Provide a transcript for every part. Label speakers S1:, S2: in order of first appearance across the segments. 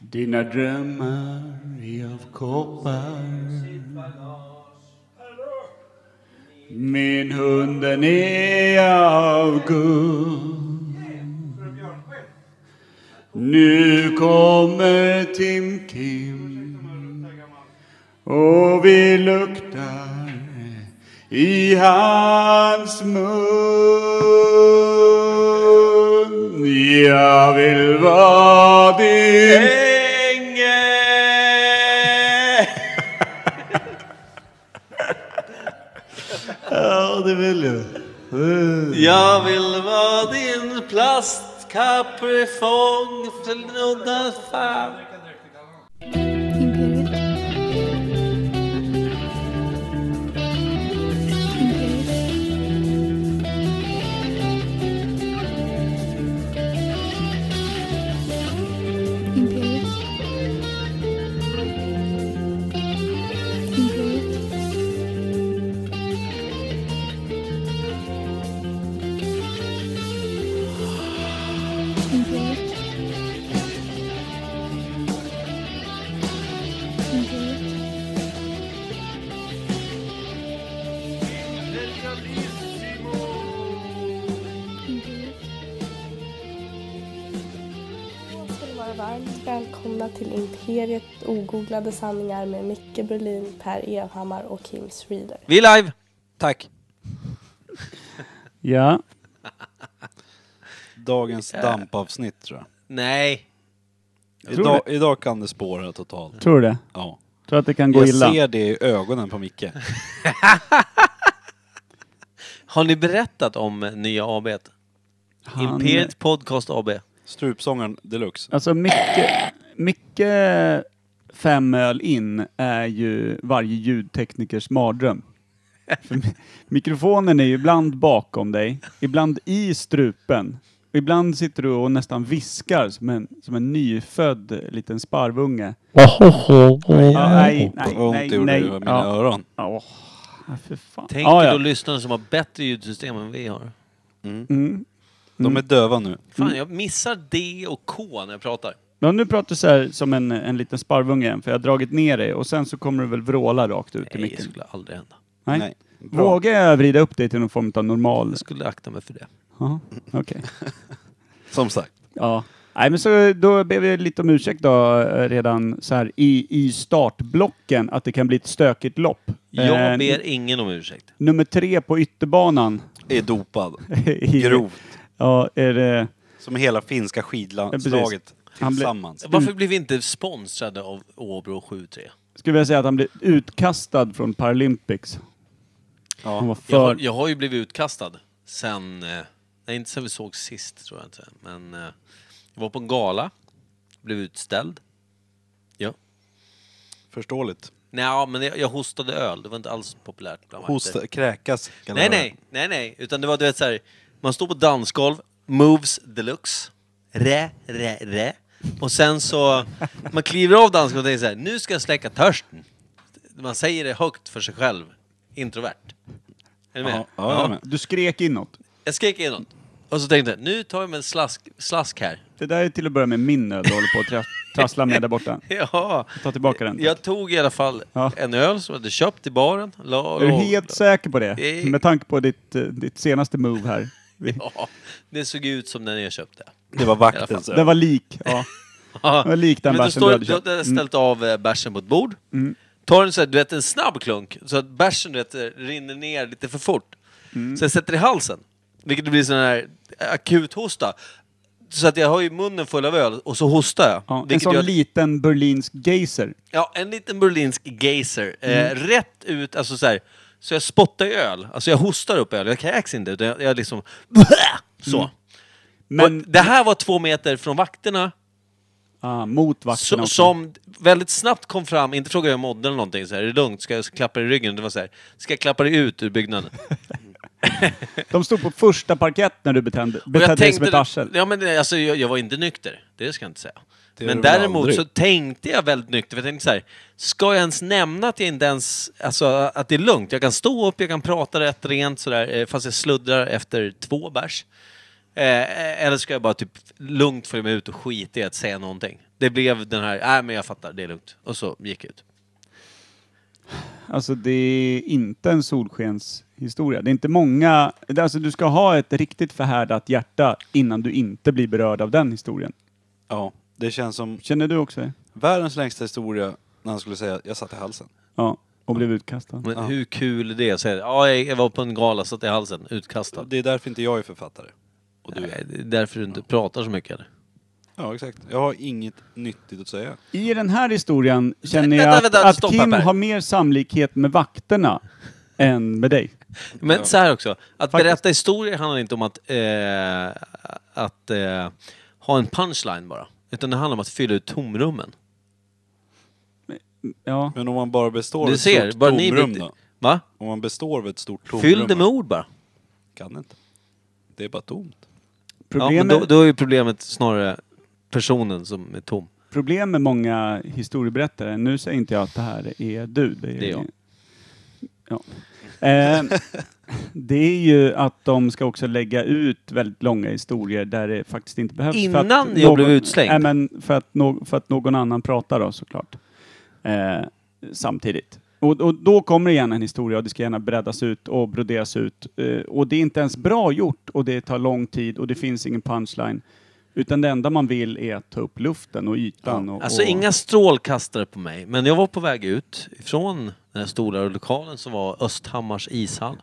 S1: Dina drömmar är av koppar Min hunden är av guld Nu kommer Tim-Kim och vi luktar i hans mun Jag vill vara din ängel Ja, det Eh. vill jag.
S2: Jag vill vara din plastkaprifång flodda fan.
S3: Imperiet. Imperiet. Imperiet. Imperiet. Imperiet. Imperiet.
S4: Jag ska ni vara varmt välkomna till Imperiet ogooglade sanningar med Micke Berlin, Per Evhammar och Kim Reader.
S2: Vi är live! Tack.
S1: Ja.
S5: Dagens
S2: Eh.
S5: dampavsnitt tror jag.
S2: Nej.
S1: tror
S5: Idag, idag kan det spåra totalt.
S1: Tror du det?
S5: Ja.
S1: Tror att det kan gå
S5: Jag
S1: illa?
S5: ser det i ögonen på Micke.
S2: Har ni berättat om eh, nya AB? et?
S1: Han-
S2: Imperiet Podcast AB.
S5: Strupsångaren deluxe.
S1: Alltså mycket, mycket fem öl in är ju varje ljudteknikers mardröm. För mi- mikrofonen är ju ibland bakom dig, ibland i strupen. Och Ibland sitter du och nästan viskar som en, som en nyfödd liten sparvunge. Ja, nej, nej,
S5: Vad ont
S1: nej,
S5: det gjorde
S1: nej.
S5: i mina
S1: Ja.
S5: öron.
S1: Åh, ja, för fan.
S2: Tänk
S1: Ja,
S2: er
S1: ja.
S2: då lyssnarna som har bättre ljudsystem än vi har.
S1: Mm.
S5: De är döva nu.
S2: Fan, jag missar D och K när jag pratar.
S1: Men nu pratar du så här som en, en liten sparvunge igen, för jag har dragit ner dig och sen så kommer du väl vråla rakt ut i
S2: Nej, det
S1: micken?
S2: skulle aldrig hända.
S1: Nej.
S5: Nej. Bra.
S1: Vågar jag vrida upp dig till någon form av normal?
S2: Jag skulle akta mig för det.
S1: Ja, okej.
S5: Som sagt.
S1: Ja. Nej, men så då ber vi lite om ursäkt då eh, redan så här i, i startblocken att det kan bli ett stökigt lopp. Eh,
S2: Jag ber ingen om ursäkt.
S1: Nummer tre på ytterbanan.
S5: Är dopad.
S1: I-
S5: Grovt.
S1: Ja, är det...
S5: Som hela finska
S1: Ja,
S5: skidlandslaget
S1: precis. Han blev- Mm.
S5: tillsammans.
S2: Varför blev vi inte sponsrade av Åbro 73?
S1: Skulle vilja säga att han blev utkastad från Paralympics. Han var
S5: Ja.
S2: Jag, har-
S1: för...
S2: jag har ju blivit utkastad sen... eh, Nej, inte sen vi såg sist tror jag inte. Men eh, jag var på en gala. Blev utställd. Ja.
S5: Förståeligt.
S2: Nej, men jag, jag hostade öl. Det var inte alls populärt bland vakter.
S5: Hosta, kräkas. kan
S2: Nej,
S5: jag
S2: nej, nej, nej. Utan det var du vet så här. Man står på dansgolv. Moves deluxe. Rä, rä, rä. Och sen så... Man kliver av dansgolvet och tänker så här. Nu ska jag släcka törsten. Man säger det högt för sig själv. Introvert. Är du med?
S5: höra. Ja, jag är med.
S1: Du skrek inåt.
S2: Jag skrek inåt. Och så tänkte jag, nu tar jag mig en slask, slask här.
S1: Det där är till att börja med min öl du håller på att tra- trassla med där borta.
S2: Ja.
S1: Ta tillbaka den.
S2: Jag tog i alla fall
S1: Ja.
S2: en öl som jag hade köpt i baren. La,
S1: Är du helt säker på det?
S2: Eh.
S1: Med tanke på ditt, eh, ditt senaste move här.
S2: Ja, det såg ut som den jag köpte.
S5: Det var vakten. så.
S1: Den var lik. Ja.
S2: Ja.
S1: var lik den
S2: Men då
S1: bärsen
S2: står,
S1: du hade köpt. Mm.
S2: Då hade jag ställt av eh, bärsen på ett bord. Tar en, så här, du vet, en snabb klunk, så att bärsen du vet, rinner ner lite för fort.
S1: Mm.
S2: Så jag sätter i halsen, vilket det blir sån här akut hosta. Så att jag har ju munnen full av öl och så hostar jag.
S1: Ja, en
S2: vilket
S1: sån
S2: gör att-
S1: liten berlinsk geyser.
S2: Ja, en liten berlinsk geyser.
S1: Mm.
S2: Eh, rätt ut, alltså så här. Så jag spottar i öl. Alltså jag hostar upp öl. Jag kräks inte, utan jag, jag liksom... Så.
S1: Mm. Men
S2: Och det här var två meter från vakterna,
S1: ah, mot
S2: so-
S1: vakterna också.
S2: som väldigt snabbt kom fram. Inte frågade jag om jag mådde eller någonting. Så här, är det lugnt? Ska jag klappa dig i ryggen? Det var så här, ska jag klappa dig ut ur byggnaden?
S1: De stod på första parkett när du betände,
S2: Och
S1: betedde dig som ett arsel.
S2: ja, men det- alltså, jag, jag var inte nykter. Det ska jag inte säga.
S5: Det
S2: Men
S5: är det väl
S2: däremot
S5: aldrig.
S2: så tänkte jag väldigt nykter, för jag tänkte så här, ska jag ens nämna att jag inte ens, alltså att det är lugnt, jag kan stå upp, jag kan prata rätt rent sådär, eh, fast jag sluddrar efter två bärs. Eh, eller ska jag bara typ lugnt följa med ut och skita i att säga någonting? Det blev den här, nej men jag fattar, det är lugnt. Och så gick jag ut.
S1: Alltså det är inte en solskenshistoria. Det är inte många... det- Alltså du ska ha ett riktigt förhärdat hjärta innan du inte blir berörd av den historien.
S5: Ja, det känns som
S1: Känner du också det?
S5: världens längsta historia när han skulle säga jag satt i halsen.
S1: Ja. Och blev utkastad.
S2: Men hur kul är det? Jag säger, ja jag- jag var på en gala, satt i halsen, utkastad.
S5: Det är därför inte jag är författare. Och du är.
S2: Nej, det är därför du inte pratar så mycket eller?
S5: Ja, exakt. Jag har inget nyttigt att säga.
S1: I den här historien känner jag
S2: Vänta,
S1: att,
S2: vänta,
S1: att
S2: stoppa,
S1: Kim
S2: Per.
S1: har mer samlikhet med vakterna än med dig.
S2: Men så här också, att
S1: Faktiskt.
S2: berätta historier handlar inte om att, eh, att eh, ha en punchline bara. Utan det handlar om att fylla ut tomrummen.
S1: Ja.
S5: Men om man bara består av
S2: Du
S5: ett
S2: ser,
S5: stort
S2: bara ni
S5: tomrum
S2: vet,
S5: då?
S2: Va?
S5: Om man består av ett stort tomrum?
S2: Fyll det med ord bara.
S5: Kan inte. Det är bara tomt.
S2: Ja, men
S1: Problemet,
S2: då, då är ju problemet snarare personen som är tom.
S1: problem med många historieberättare, nu säger inte jag att det här är du. Det är,
S2: Det är jag.
S1: Ja. Eh, det är ju att de ska också lägga ut väldigt långa historier där det faktiskt inte behövs. för
S2: Innan
S1: att
S2: jag blev utslängd?
S1: Nej, men för att, no, för att någon annan pratar då såklart. Eh, samtidigt. Och, och då kommer det gärna en historia och det ska gärna breddas ut och broderas ut. Eh, och det är inte ens bra gjort och det tar lång tid och det finns ingen punchline. Utan det enda man vill är att ta upp luften och ytan. Och,
S2: Alltså
S1: och,
S2: inga strålkastare på mig, men jag var på väg ut ifrån den här stora lokalen som var Östhammars ishall.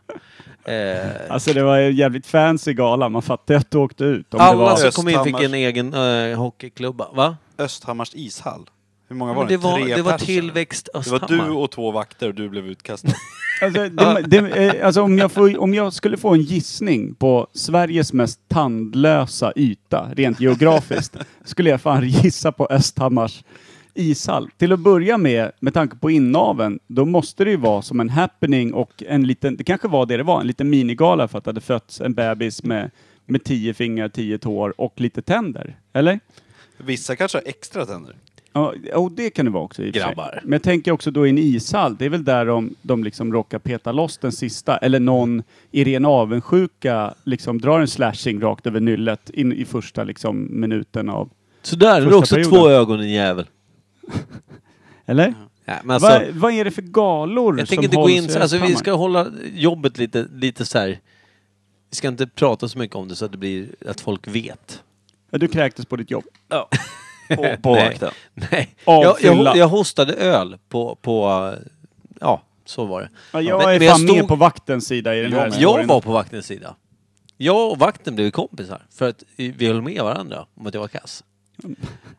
S2: Eh,
S1: Alltså det var en jävligt fancy gala, man fattar ju att du åkte ut. Om det
S2: alla
S1: var...
S2: som kom in fick en
S5: Östhammars-
S2: egen eh, hockeyklubba. Va?
S5: Östhammars ishall. Hur många
S2: Men
S5: var
S2: det
S5: det?
S2: var,
S5: Tre
S2: det var
S5: pers,
S2: tillväxt
S5: eller? Det
S2: Östhammar.
S5: var du och två vakter och du blev utkastad.
S1: Alltså, det, det, eh, alltså om, jag får, om jag skulle få en gissning på Sveriges mest tandlösa yta, rent geografiskt, skulle jag fan gissa på Östhammars ishall. Till att börja med, med tanke på inaven, då måste det ju vara som en happening och en liten, det kanske var det det var, en liten minigala för att det hade fötts en bebis med, med tio fingrar, tio tår och lite tänder. Eller?
S5: Vissa kanske har extra tänder.
S1: Ja, och det kan det vara också i och för sig.
S2: Grabbar.
S1: Men jag tänker också då i en ishall, det är väl där de, de liksom råkar peta loss den sista, eller någon i ren avundsjuka liksom drar en slashing rakt över nyllet in i första liksom minuten av...
S2: Så där, det är
S1: Första
S2: också
S1: perioden.
S2: två ögon i jävel.
S1: Eller?
S2: Ja, men alltså,
S1: vad, vad är det för galor
S2: jag
S1: som
S2: tänker inte gå
S1: hålls
S2: in
S1: i
S2: så, alltså, vi
S1: Östhammar?
S2: ska hålla jobbet lite, lite så här. Vi ska inte prata så mycket om det så att det blir att folk vet.
S1: Ja, du kräktes på ditt jobb.
S5: På,
S2: Nej. Nej.
S1: Av
S2: Jag,
S1: fylla.
S2: jag, jag hostade öl på, på... Ja, så var det.
S1: Ja, jag
S2: Men-
S1: är
S2: men
S1: fan
S2: stod-
S1: med på vaktens sida i den här
S2: Jag
S1: storyn.
S2: var på vaktens sida. Jag och vakten blev kompisar för att vi höll med varandra om att jag var kass.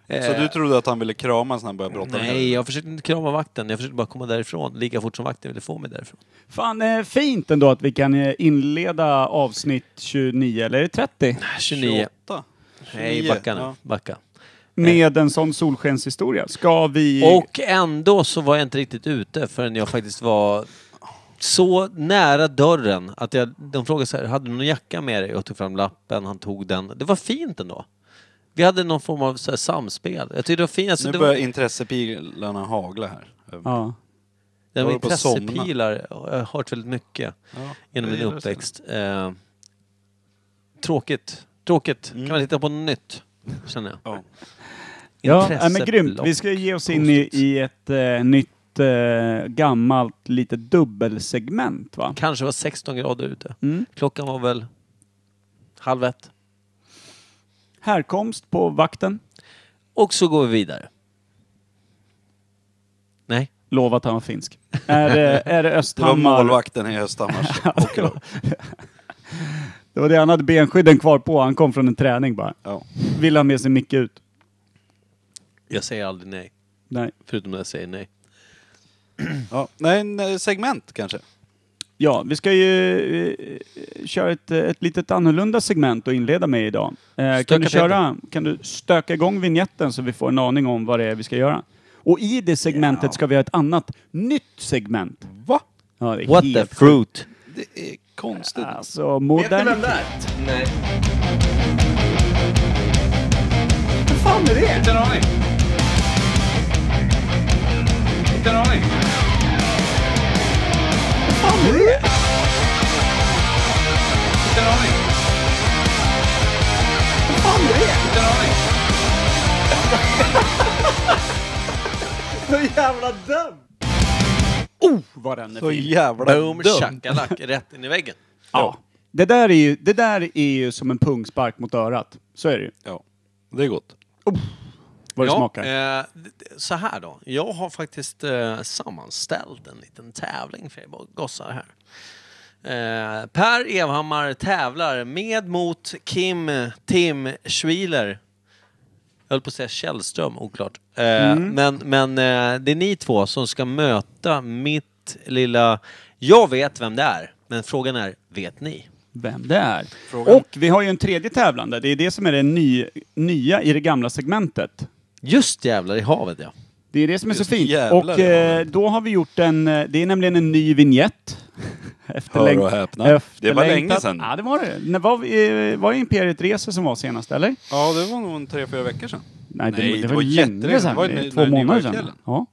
S5: Så
S2: Eh,
S5: du trodde att han ville kramas när han började brotta?
S2: Nej, jag försökte inte krama vakten. Jag försökte bara komma därifrån lika fort som vakten ville få mig därifrån.
S1: Fan, eh, fint ändå att vi kan eh, inleda avsnitt 29, eller är det 30?
S2: 29.
S5: 28?
S2: Nej,
S5: 29,
S2: backa nu.
S5: ja.
S2: Backa.
S1: Med en sån solskenshistoria. Ska vi...
S2: Och ändå så var jag inte riktigt ute förrän jag faktiskt var så nära dörren att jag, de frågade så här, hade du någon jacka med dig? Jag tog fram lappen, han tog den. Det var fint ändå. Vi hade någon form av så här samspel. Jag tyckte det var fint. Alltså,
S5: nu
S2: det
S5: börjar
S2: var,
S5: intressepilarna hagla här.
S1: Ja.
S2: det var
S5: jag håller på att somna.
S2: intressepilar. Jag har hört väldigt mycket
S5: Ja,
S2: genom
S5: jag
S2: min
S5: gillar det.
S2: uppväxt. Eh, tråkigt. Tråkigt. Kan man hitta på något nytt? Känner jag.
S5: Mm. Ja.
S1: Ja,
S2: Intresse-
S1: nej, men grymt. Vi ska ge oss in i, i ett eh, nytt eh, gammalt lite dubbelsegment va?
S2: Kanske var 16 grader ute.
S1: Mm.
S2: Klockan var väl halv ett.
S1: Härkomst på vakten.
S2: Och så går vi vidare. Nej.
S1: Lova att han var finsk. är, det- är det
S5: Det var
S1: Östhammar?
S5: målvakten i Östhammars.
S1: Det var det han hade benskydden kvar på. Han kom från en träning bara.
S5: ja.
S1: Vill han med sig Micke ut?
S2: Jag säger aldrig nej.
S1: Nej.
S2: Förutom när jag säger nej.
S5: Ja. Nej, en eh, segment kanske.
S1: Ja, vi ska ju eh, köra ett, eh, ett litet annorlunda segment att inleda med idag. Eh, kan,
S2: Stöka till
S1: du köra, kan du stöka igång vignetten så vi får en aning om vad det är vi ska göra? Och i det segmentet ska vi ha ett annat, nytt segment.
S5: Va?
S1: Ja, det är
S2: What the
S1: helt
S2: fruit?
S5: Det är konstigt.
S1: Alltså, modern... Vet du vem det är? Nej. Vad fan är det? Inte en aning.
S6: Inte en aning. Inte en aning. Inte en aning.
S1: Så jävla dum! Oh, vad den är
S5: Så
S1: fin.
S5: jävla
S2: Boom,
S5: dum.
S2: shakalak, rätt in i väggen.
S1: Ja. Det där, är ju, det där är ju som en pungspark mot örat. Så är det ju.
S5: Ja, det är gott.
S1: Vad det
S2: ja,
S1: smakar.
S2: eh, d- d- så här då. Jag har faktiskt eh, sammanställt en liten tävling för er bo- gossar här. Eh, per Evhammar tävlar med mot Kim Tim Schwiler. Jag höll på att säga Källström, oklart. Eh,
S1: Mm.
S2: Men, men eh, det är ni två som ska möta mitt lilla... Jag vet vem det är, men frågan är, vet ni?
S1: Vem det är. Och vi har ju en tredje tävlande. Det är det som är det ny, nya i det gamla segmentet.
S2: Just jävlar i havet, ja.
S1: Det är det som är
S5: Just
S1: så fint.
S5: jävlar,
S1: och
S5: ja.
S1: eh, då har vi gjort en, eh, det är nämligen en ny vignett. Efterläng-
S5: Hör och häpna. Det var
S1: efterlängtat.
S5: länge sedan.
S1: Ja, det var det. När var, vi- eh, var det Imperiet Reser som var senast, eller?
S5: Ja, det var nog en tre, fyra veckor sedan.
S1: Nej,
S5: Nej, det var
S1: länge
S5: jättelänge.
S1: sedan.
S5: Det var
S1: Det
S5: ju
S1: är
S5: när-
S1: två
S5: när ni var i
S1: månader sedan.
S5: fjällen.
S1: Ja.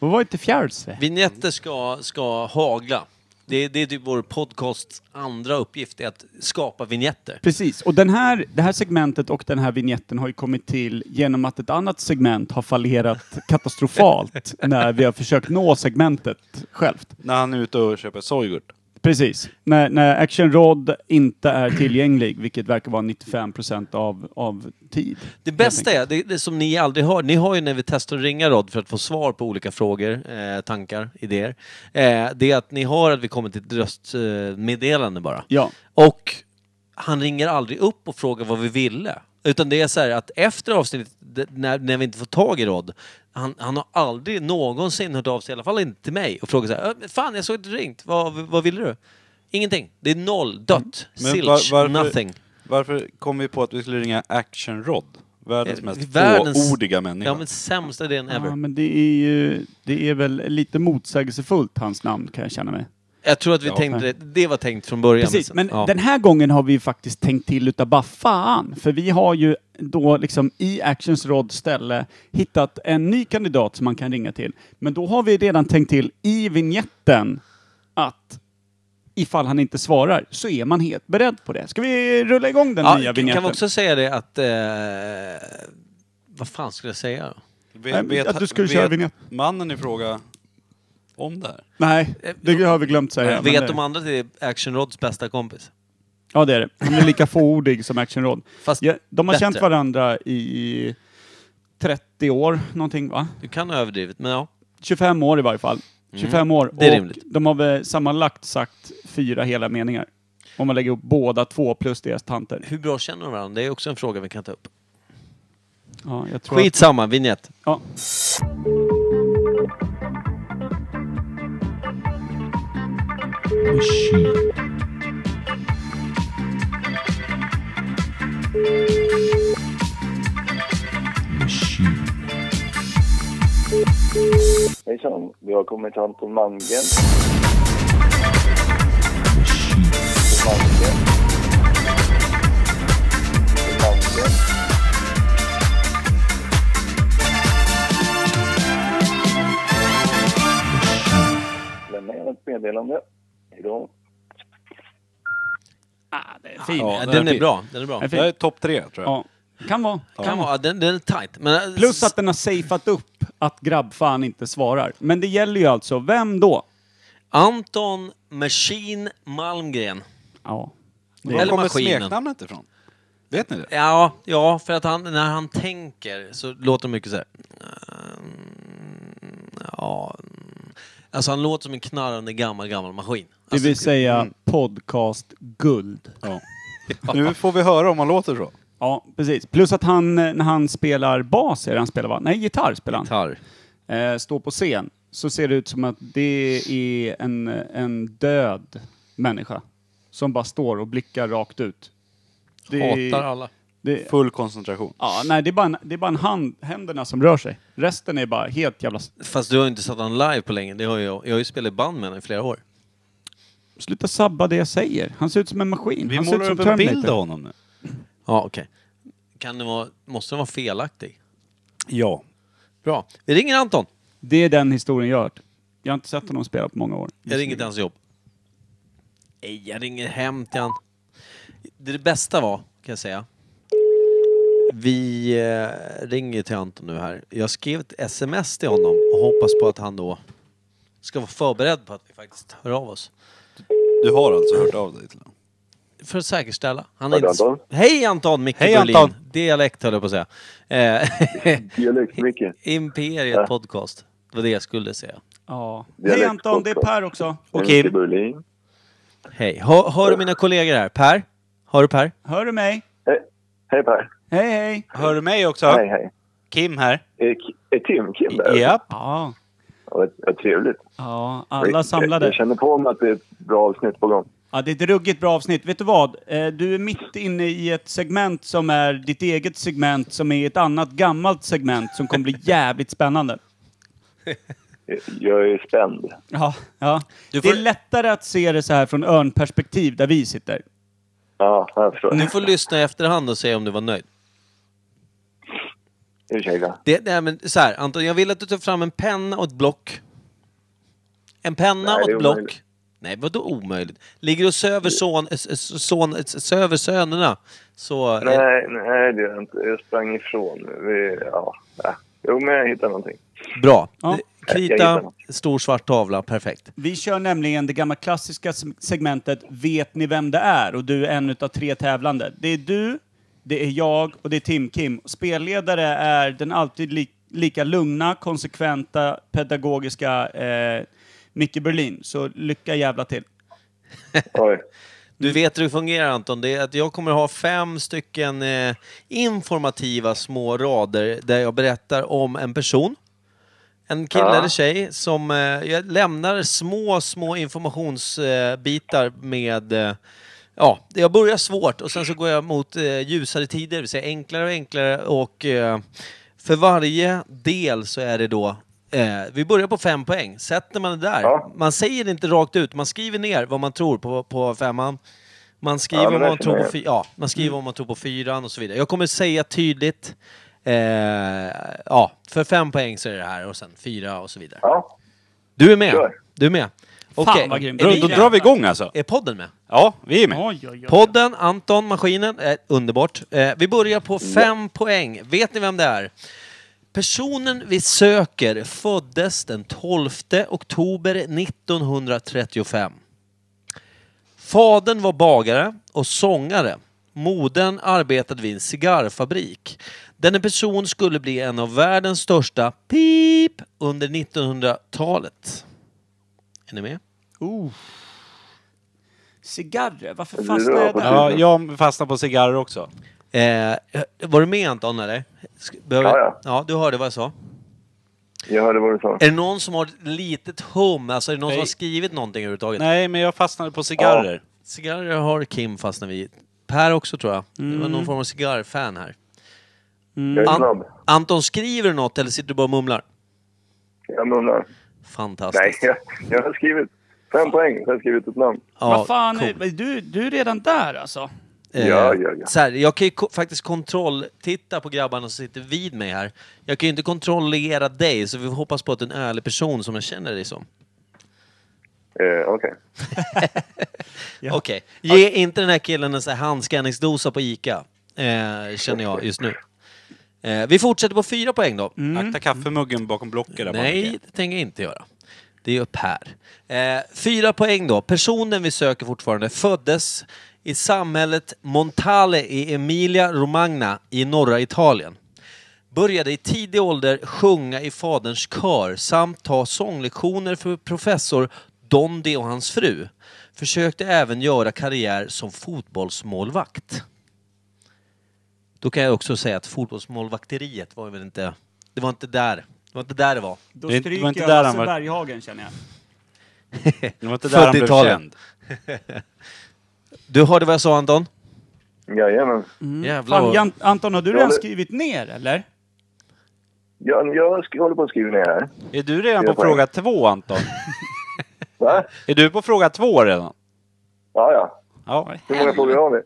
S1: Då var det till fjärrs.
S2: Vignetter ska, ska hagla. Det, det är typ vår podcasts andra uppgift, är att skapa vignetter.
S1: Precis, och den här, det här segmentet och den här vignetten har ju kommit till genom att ett annat segment har fallerat katastrofalt när vi har försökt nå segmentet självt.
S5: När han är ute och köper sojgurt.
S1: Precis, när, när Action Rod inte är tillgänglig, vilket verkar vara 95% av, av tid.
S2: Det bästa är, det, det som ni aldrig hör, ni har ju när vi testar att ringa Rod för att få svar på olika frågor, eh, tankar, idéer. Eh, det är att ni hör att vi kommer till ett röstmeddelande eh, meddelande bara.
S1: Ja,
S2: Och han ringer aldrig upp och frågar vad vi ville. Utan det är så här att efter avsnittet, det- när, när vi inte får tag i Rod, han, han har aldrig någonsin hört av sig, i alla fall inte till mig, och frågat så här, "Äh, men Fan, jag såg att du ringt. Vad, vad ville du? Ingenting. Det är noll,
S1: Mm.
S2: dött, silch, nothing.
S5: Varför kom vi på att vi skulle ringa Action Rod? Världens
S2: Eh,
S5: mest
S2: världens-
S5: fåordiga människa.
S2: Ja, men sämsta idén ever.
S1: ja men det är ju det är väl lite motsägelsefullt, hans namn, kan jag känna mig.
S2: jag tror att vi
S5: Ja.
S2: tänkte det, det var tänkt från början.
S1: Precis,
S2: sen-
S1: men
S2: ja.
S1: den här gången har vi faktiskt tänkt till utav bara fan, för vi har ju då liksom i Actions Rod ställe hittat en ny kandidat som man kan ringa till. Men då har vi redan tänkt till i vignetten att ifall han inte svarar så är man helt beredd på det. Ska vi rulla igång den
S2: ja,
S1: nya
S2: kan-
S1: vignetten?
S2: Kan vi också säga det att... Eh, vad fan skulle jag säga då?
S5: Vet-
S1: Nej, men
S5: vet-
S1: att du skulle
S5: vet
S1: köra vignett.
S5: mannen i fråga om det här?
S1: Nej, det har vi glömt säga. men
S2: Eh, Vet
S1: det...
S2: de andra att det är Action Rods bästa kompis?
S1: Ja, det är det. Han är lika fåordig som Action Rod.
S2: Fast
S1: Ja, de har
S2: bättre.
S1: känt varandra i 30 år, någonting va?
S2: Du kan ha överdrivit, men ja.
S1: 25 år i varje fall. 25 år.
S2: Mm. det är
S1: och
S2: rimligt.
S1: de har väl sammanlagt sagt fyra hela meningar. Om man lägger upp båda två plus deras tanter.
S2: Hur bra känner de varandra? Det är också en fråga vi kan ta upp.
S1: Ja, jag tror Att,
S2: Skitsamma, vignett.
S1: ja.
S7: Hejsan, vi har kommit Anton Malmgren. Malmgren. Malmgren. Lämna gärna ett meddelande. Hejdå.
S1: Fin.
S5: Ja,
S2: Ja,
S5: det
S2: den är
S5: fin.
S2: bra. Den är bra.
S1: Den är
S5: Det här är
S1: fin.
S5: topp tre tror jag.
S1: Ja. Kan vara.
S2: Kan vara. Den, den är tight. Men, eh,
S1: Plus att den har safeat upp att grabbfan inte svarar. Men det gäller ju alltså, vem då?
S2: Anton Machine Malmgren.
S1: Ja.
S5: Var
S2: Eller
S5: kommer
S2: maskinen.
S5: smeknamnet ifrån? Vet ni det?
S2: Ja, ja, för att han, när han tänker så låter det mycket så här. Mm, Ja. mm. Alltså han låter som en knarrande gammal, gammal maskin.
S1: Det
S2: Alltså,
S1: vill
S5: mm.
S1: säga podcast-guld.
S5: Nu får vi höra om han låter så.
S1: Ja, precis. Plus att han, eh, när han spelar bas, är det han spelar va? Nej, gitarr spelar han.
S2: gitarr.
S1: eh, står på scen så ser det ut som att det är en, en död människa som bara står och blickar rakt ut. Det,
S2: Hatar alla.
S1: det,
S5: Full koncentration.
S1: ja, nej, det är bara, en, det är bara en hand, händerna som rör sig. Resten är bara helt jävla... s-
S2: Fast du har ju inte sett honom live på länge. Det har jag, jag har ju spelat i band med honom i flera år.
S1: Sluta sabba det jag säger. Han ser ut som en maskin.
S5: Vi
S1: Han ser ut
S5: målar
S1: som
S5: upp en bild
S1: Terminator.
S5: av honom nu.
S2: Ja, okej. Kan det vara, måste den vara felaktig?
S5: Ja.
S2: Bra. Vi ringer Anton.
S1: Det är den historien jag har hört. Jag har inte sett honom spela på många år.
S2: Jag ringer till hans jobb. Nej, jag ringer hem till han. Det, det bästa var, kan jag säga. Vi eh, ringer till Anton nu här. Jag skrev ett sms till honom och hoppas på att han då ska vara förberedd på att vi faktiskt hör av oss.
S5: Du har alltså hört av dig till honom?
S2: För att säkerställa. Han
S7: Hallå,
S2: inte...
S7: Anton?
S2: Hej Anton! Micke
S5: Hej,
S2: Berlin.
S5: Anton.
S2: Dialekt höll jag på att säga. Eh,
S7: Dialekt, Micke.
S2: Imperiet
S7: Ja.
S2: podcast. Det var det jag skulle säga.
S1: Ja. Hej
S7: Dialekt
S1: Anton, det är
S7: också.
S1: Per också.
S5: Och Kim.
S7: Micke Berlin.
S2: Hej. Hör, hör du mina kollegor här? Per? Hör du Per?
S1: Hör du mig?
S7: Hej, hej Per.
S1: Hej hej!
S5: Hör du mig också?
S7: Hej, hej.
S5: Kim här.
S7: Är, är Tim Kim där?
S5: Japp.
S1: Ja,
S7: Ja, Vad vad trevligt.
S1: ja
S7: Jag-
S1: alla
S7: jag- Jag
S1: samlade.
S7: känner på mig att det är ett bra avsnitt på gång.
S1: Ja, det är ett ruggigt bra avsnitt. Vet du vad? Eh, Du är mitt inne i ett segment som är ditt eget segment som är ett annat gammalt segment som kommer bli jävligt spännande.
S7: Jag- Jag är spänd.
S1: Ja, ja.
S2: Du
S1: Det är
S2: får-
S1: lättare att se det så här från örnperspektiv där vi sitter.
S7: Ja, jag förstår.
S2: Du får lyssna i efterhand och säga om du var nöjd.
S7: Ursäkta.
S2: Det, nej, men så här, Anton, jag vill att du tar fram en penna och ett block. En penna
S7: Nej,
S2: och
S7: det
S2: ett
S7: är
S2: block.
S7: omöjligt.
S2: Nej, vadå omöjligt? Ligger och söver, son, s- s- son, s- söver sönerna så... eh,
S7: Nej, nej, det är jag inte. Jag sprang ifrån. Vi, ja. ja. Jo, men jag hittar någonting.
S2: Bra.
S1: Ja.
S7: Jag
S2: Krita,
S7: hittar
S2: stor svart tavla, perfekt.
S1: Vi kör nämligen det gamla klassiska se- segmentet Vet ni vem det är? Och du är en utav tre tävlande. Det är du, det är jag och det är Tim Kim. Spelledare är den alltid li lika lugna, konsekventa, pedagogiska eh, Micke Berlin. Så lycka jävla till.
S7: Oj.
S2: Du vet hur det fungerar Anton, det är att jag kommer ha fem stycken eh, informativa små rader där jag berättar om en person. En kille
S7: Ja.
S2: eller tjej som eh, jag lämnar små, små informationsbitar eh, bitar med eh, Ja, jag börjar svårt och sen så går jag mot eh, ljusare tider, det vill säga enklare och enklare och eh, för varje del så är det då eh, vi börjar på fem poäng. Sätter man det där,
S7: Ja.
S2: man säger det inte rakt ut, man skriver ner vad man tror på, på femman. Man skriver
S7: Ja,
S2: vad
S7: men det Mm.
S2: man tror på
S7: känner jag.
S2: fy- ja, man skriver vad man tror på fyran och så vidare. Jag kommer säga tydligt, eh, ja, för fem poäng så är det här och sen fyra och så vidare.
S7: Ja.
S2: Du är med!
S7: Kör.
S2: Du är med!
S1: Fan,
S2: Okej,
S1: vad grymt.
S2: är
S5: Då,
S2: vi-
S1: Bra,
S5: då drar vi igång alltså.
S2: Är podden med?
S5: Ja, vi är med.
S1: Oj, oj, oj.
S2: Podden, Anton, maskinen. Eh, underbart. Eh, vi börjar på fem poäng. Vet ni vem det är? Personen vi söker föddes den 12 oktober 1935. Fadern var bagare och sångare. Modern arbetade vid en cigarrfabrik. Denne person skulle bli en av världens största pip under 1900-talet. Är ni med?
S1: Oh. Cigarrer, varför
S7: Det
S1: fastnar
S7: var
S1: jag
S7: på
S1: där?
S5: Ja, jag fastnar på cigarrer också.
S2: Eh, var du med Anton eller? Sk- Behöver...
S7: Ja, ja.
S2: ja, du hörde vad jag sa.
S7: Jag hörde vad du sa.
S2: Är det någon som har ett litet hum? Alltså är det någon som
S5: Nej.
S2: har skrivit någonting överhuvudtaget?
S5: Nej, men jag fastnade på cigarrer.
S2: Cigarrer har Kim fastnat vid. Per också tror jag. Det
S1: Mm.
S2: var någon form av cigarrfan här.
S7: Jag är
S2: An-
S7: snabb.
S2: Anton, skriver du något eller sitter du bara och mumlar?
S7: Jag mumlar. Nej,
S2: Fantastiskt.
S7: jag, jag har skrivit fem poäng. Jag har skrivit ett namn.
S2: Ja,
S1: Vad fan,
S2: cool.
S1: är, du, du är redan där alltså?
S2: Eh,
S7: Ja, ja, ja.
S2: Så här, jag kan ju ko- faktiskt kontrolltitta på grabbarna som sitter vid mig här. Jag kan ju inte kontrollera dig, så vi får hoppas på att du är en ärlig person som jag känner dig som.
S7: Eh, Okej.
S1: Ja.
S2: Okej. Ge inte den här killen en sån här handskänningsdosa på ICA. Eh, känner jag just nu. Eh, vi fortsätter på fyra poäng då.
S5: Akta kaffemuggen bakom blocket där
S2: Nej,
S5: Micke.
S2: det tänker jag inte göra. Det är upp här. Eh, fyra poäng då. Personen vi söker fortfarande föddes i samhället Montale i Emilia Romagna i norra Italien. Började i tidig ålder sjunga i faderns kör samt ta sånglektioner för professor Dondi och hans fru. Försökte även göra karriär som fotbollsmålvakt. Då kan jag också säga att fotbollsmålvakteriet var väl inte... Det var inte där det, var inte där det var.
S1: Då
S5: Det var
S1: stryker
S5: inte
S1: jag
S5: där han
S1: Lasse
S5: var.
S1: Berghagen känner jag.
S5: Det var inte
S2: Född
S5: där han
S2: i
S5: blev
S2: Italien.
S5: känd.
S2: Du hörde vad jag sa Anton?
S7: Jajamän.
S2: Jävlar
S1: Mm. Fan,
S2: vad...
S1: Jan- Anton, har du
S7: Ja,
S1: redan
S7: det-
S1: skrivit ner eller?
S7: Jag, jag sk- håller på att skriva ner här.
S5: Är du redan
S7: Fyra
S5: på
S7: poäng.
S5: fråga två, Anton?
S7: Va?
S5: Är du på fråga två redan?
S7: Ja, ja.
S5: Ja,
S7: Hur många frågor har vi?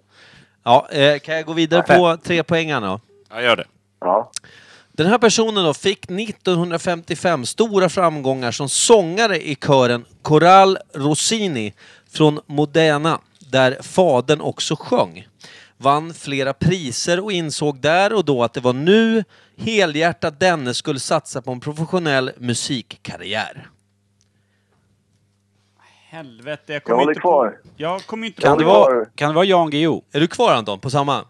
S2: Ja, eh, kan jag gå vidare på tre poängen då?
S5: jag gör det.
S7: Ja.
S2: Den här personen då fick 1955 stora framgångar som sångare i kören Coral Rossini från Modena, där fadern också sjöng. Vann flera priser och insåg där och då att det var nu helhjärtat denne skulle satsa på en professionell musikkarriär.
S1: Helvete, jag
S7: Jag
S1: kommer
S7: håller
S1: inte
S7: kvar.
S1: på... Jag kommer inte
S5: Kan
S1: på...
S5: det vara, kan det vara Jan Guillou?
S2: Är du kvar Anton, på samma?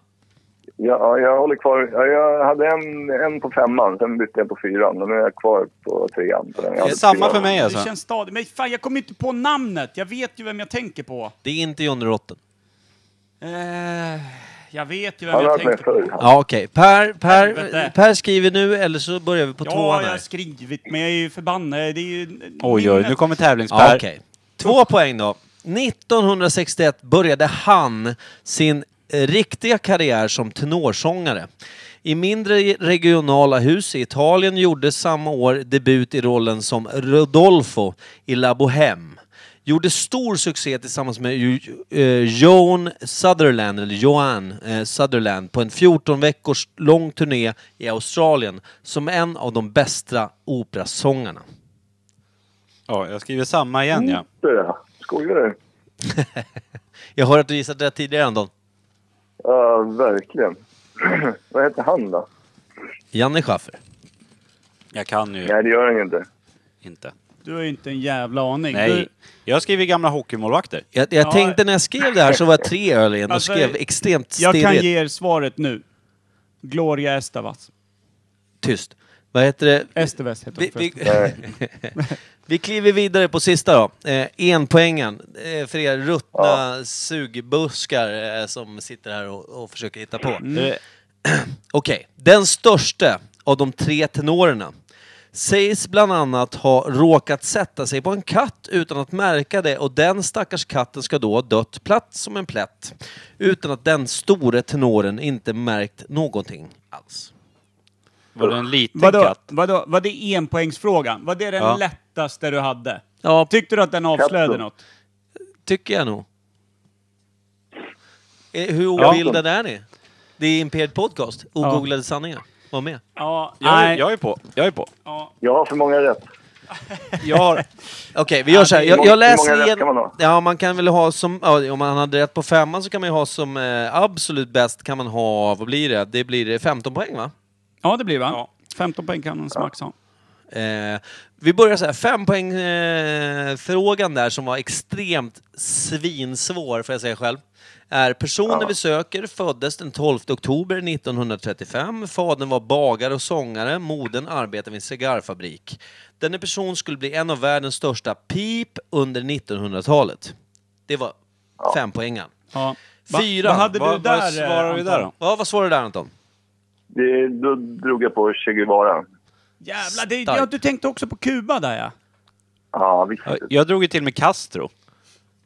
S7: Ja, jag håller kvar. Ja, jag hade en, en på femman, sen bytte jag på fyran och nu är jag kvar på trean. På den jag
S5: Det är
S7: hade
S5: samma
S7: fyran.
S5: för mig
S1: Det
S5: alltså.
S1: känns stadigt. Men fan, jag kommer inte på namnet. Jag vet ju vem jag tänker på.
S2: Det är inte Johnny Rotten.
S1: Eh, jag vet ju vem
S7: Han
S1: jag
S7: har varit med
S1: tänker på.
S7: förr. han.
S2: Ja okej. Per, per,
S1: Helvete.
S2: per skriver nu eller så börjar vi på
S1: Ja,
S2: tvåan
S1: jag
S2: här.
S1: har skrivit, men jag är ju förbannad. Det är ju...
S5: Oj, oj, nu kommer
S2: Ja,
S5: tävlings-Per.
S2: Ah, okej. Två poäng då. 1961 började han sin eh, riktiga karriär som tenorsångare. I mindre regionala hus i Italien gjorde samma år debut i rollen som Rodolfo i La Bohème. Gjorde stor succé tillsammans med Ju- eh, Joan Sutherland, eller Joan eh, Sutherland, på en 14 veckors lång turné i Australien som en av de bästa operasångarna.
S5: Ja, jag skriver samma igen
S1: Mm.
S5: ja.
S7: Det där. Skojar du?
S2: Jag hör att du gissat rätt tidigare Anton.
S7: Ja, verkligen. Vad heter han då?
S2: Janne Schaffer.
S5: Jag kan ju
S7: Nej, det gör han ju inte.
S5: inte.
S1: Du har ju inte en jävla aning.
S5: Nej.
S1: Du,
S5: Jag skriver gamla hockeymålvakter.
S2: Jag, jag
S1: Ja.
S2: tänkte när jag skrev det här så var jag tre öl in och
S1: Alltså,
S2: skrev extremt
S1: jag
S2: stirrigt.
S1: kan ge er svaret nu. Gloria Estavas.
S2: Tyst. Vad heter det?
S1: Estevez heter
S2: Vi,
S1: hon
S2: vi,
S1: förresten.
S2: vi kliver vidare på sista då. Eh, enpoängen. Eh, för er ruttna sugbuskar eh, som sitter här och, och försöker hitta på.
S5: Eh,
S2: Okej, den största av de tre tenorerna sägs bland annat ha råkat sätta sig på en katt utan att märka det och den stackars katten ska då ha dött platt som en plätt utan att den store tenoren inte märkt någonting alls.
S5: Var det en liten
S1: Vadå,
S5: katt?
S1: vadå, var det enpoängsfrågan? Var det den
S5: Ja.
S1: lättaste du hade?
S2: Ja, ty-
S1: Tyckte du att den avslöjade
S7: Katten.
S1: något?
S2: tycker jag nog. Eh, Hur obildade är ni? Det är Imperiet Podcast, ogooglade sanningar. Var med.
S1: Ja,
S5: Jag,
S1: nej.
S5: är- jag är på. Jag är på.
S1: Ja.
S7: Jag har för många rätt.
S5: Jag har...
S2: Okej, vi gör så här.
S7: hur
S2: Jag,
S7: många-
S2: jag
S7: hur
S2: läser
S7: många rätt
S2: igen.
S7: kan man ha?
S2: Ja, man kan väl ha som... Ja, om man hade rätt på femman så kan man ju ha som eh, absolut bäst kan man ha... Vad blir det? Det blir 15 poäng, va?
S1: ja, det blir va? 15 poäng kan hon max ha.
S2: Eh, vi börjar så här. Fem poäng eh, frågan där som var extremt svinsvår, får jag säga själv. Är personen vi söker föddes den 12 oktober 1935. Fadern var bagare och sångare. Modern arbetade vid en cigarrfabrik. Denne person skulle bli en av världens största pip under 1900-talet. Det var fem poängen.
S1: Ja. Va?
S2: Fyra.
S1: Vad hade du
S5: Vad,
S1: där?
S5: vad svarar vi
S1: eh,
S5: där
S1: Anton?
S5: då?
S2: Ja, vad svarade du där Anton?
S7: Det, då drog jag på Che Guevara.
S1: Jävlar, det,
S2: Starkt.
S1: ja, du tänkte också på Kuba där ja.
S7: Ja, visst.
S5: Ja, Jag drog ju till med Castro.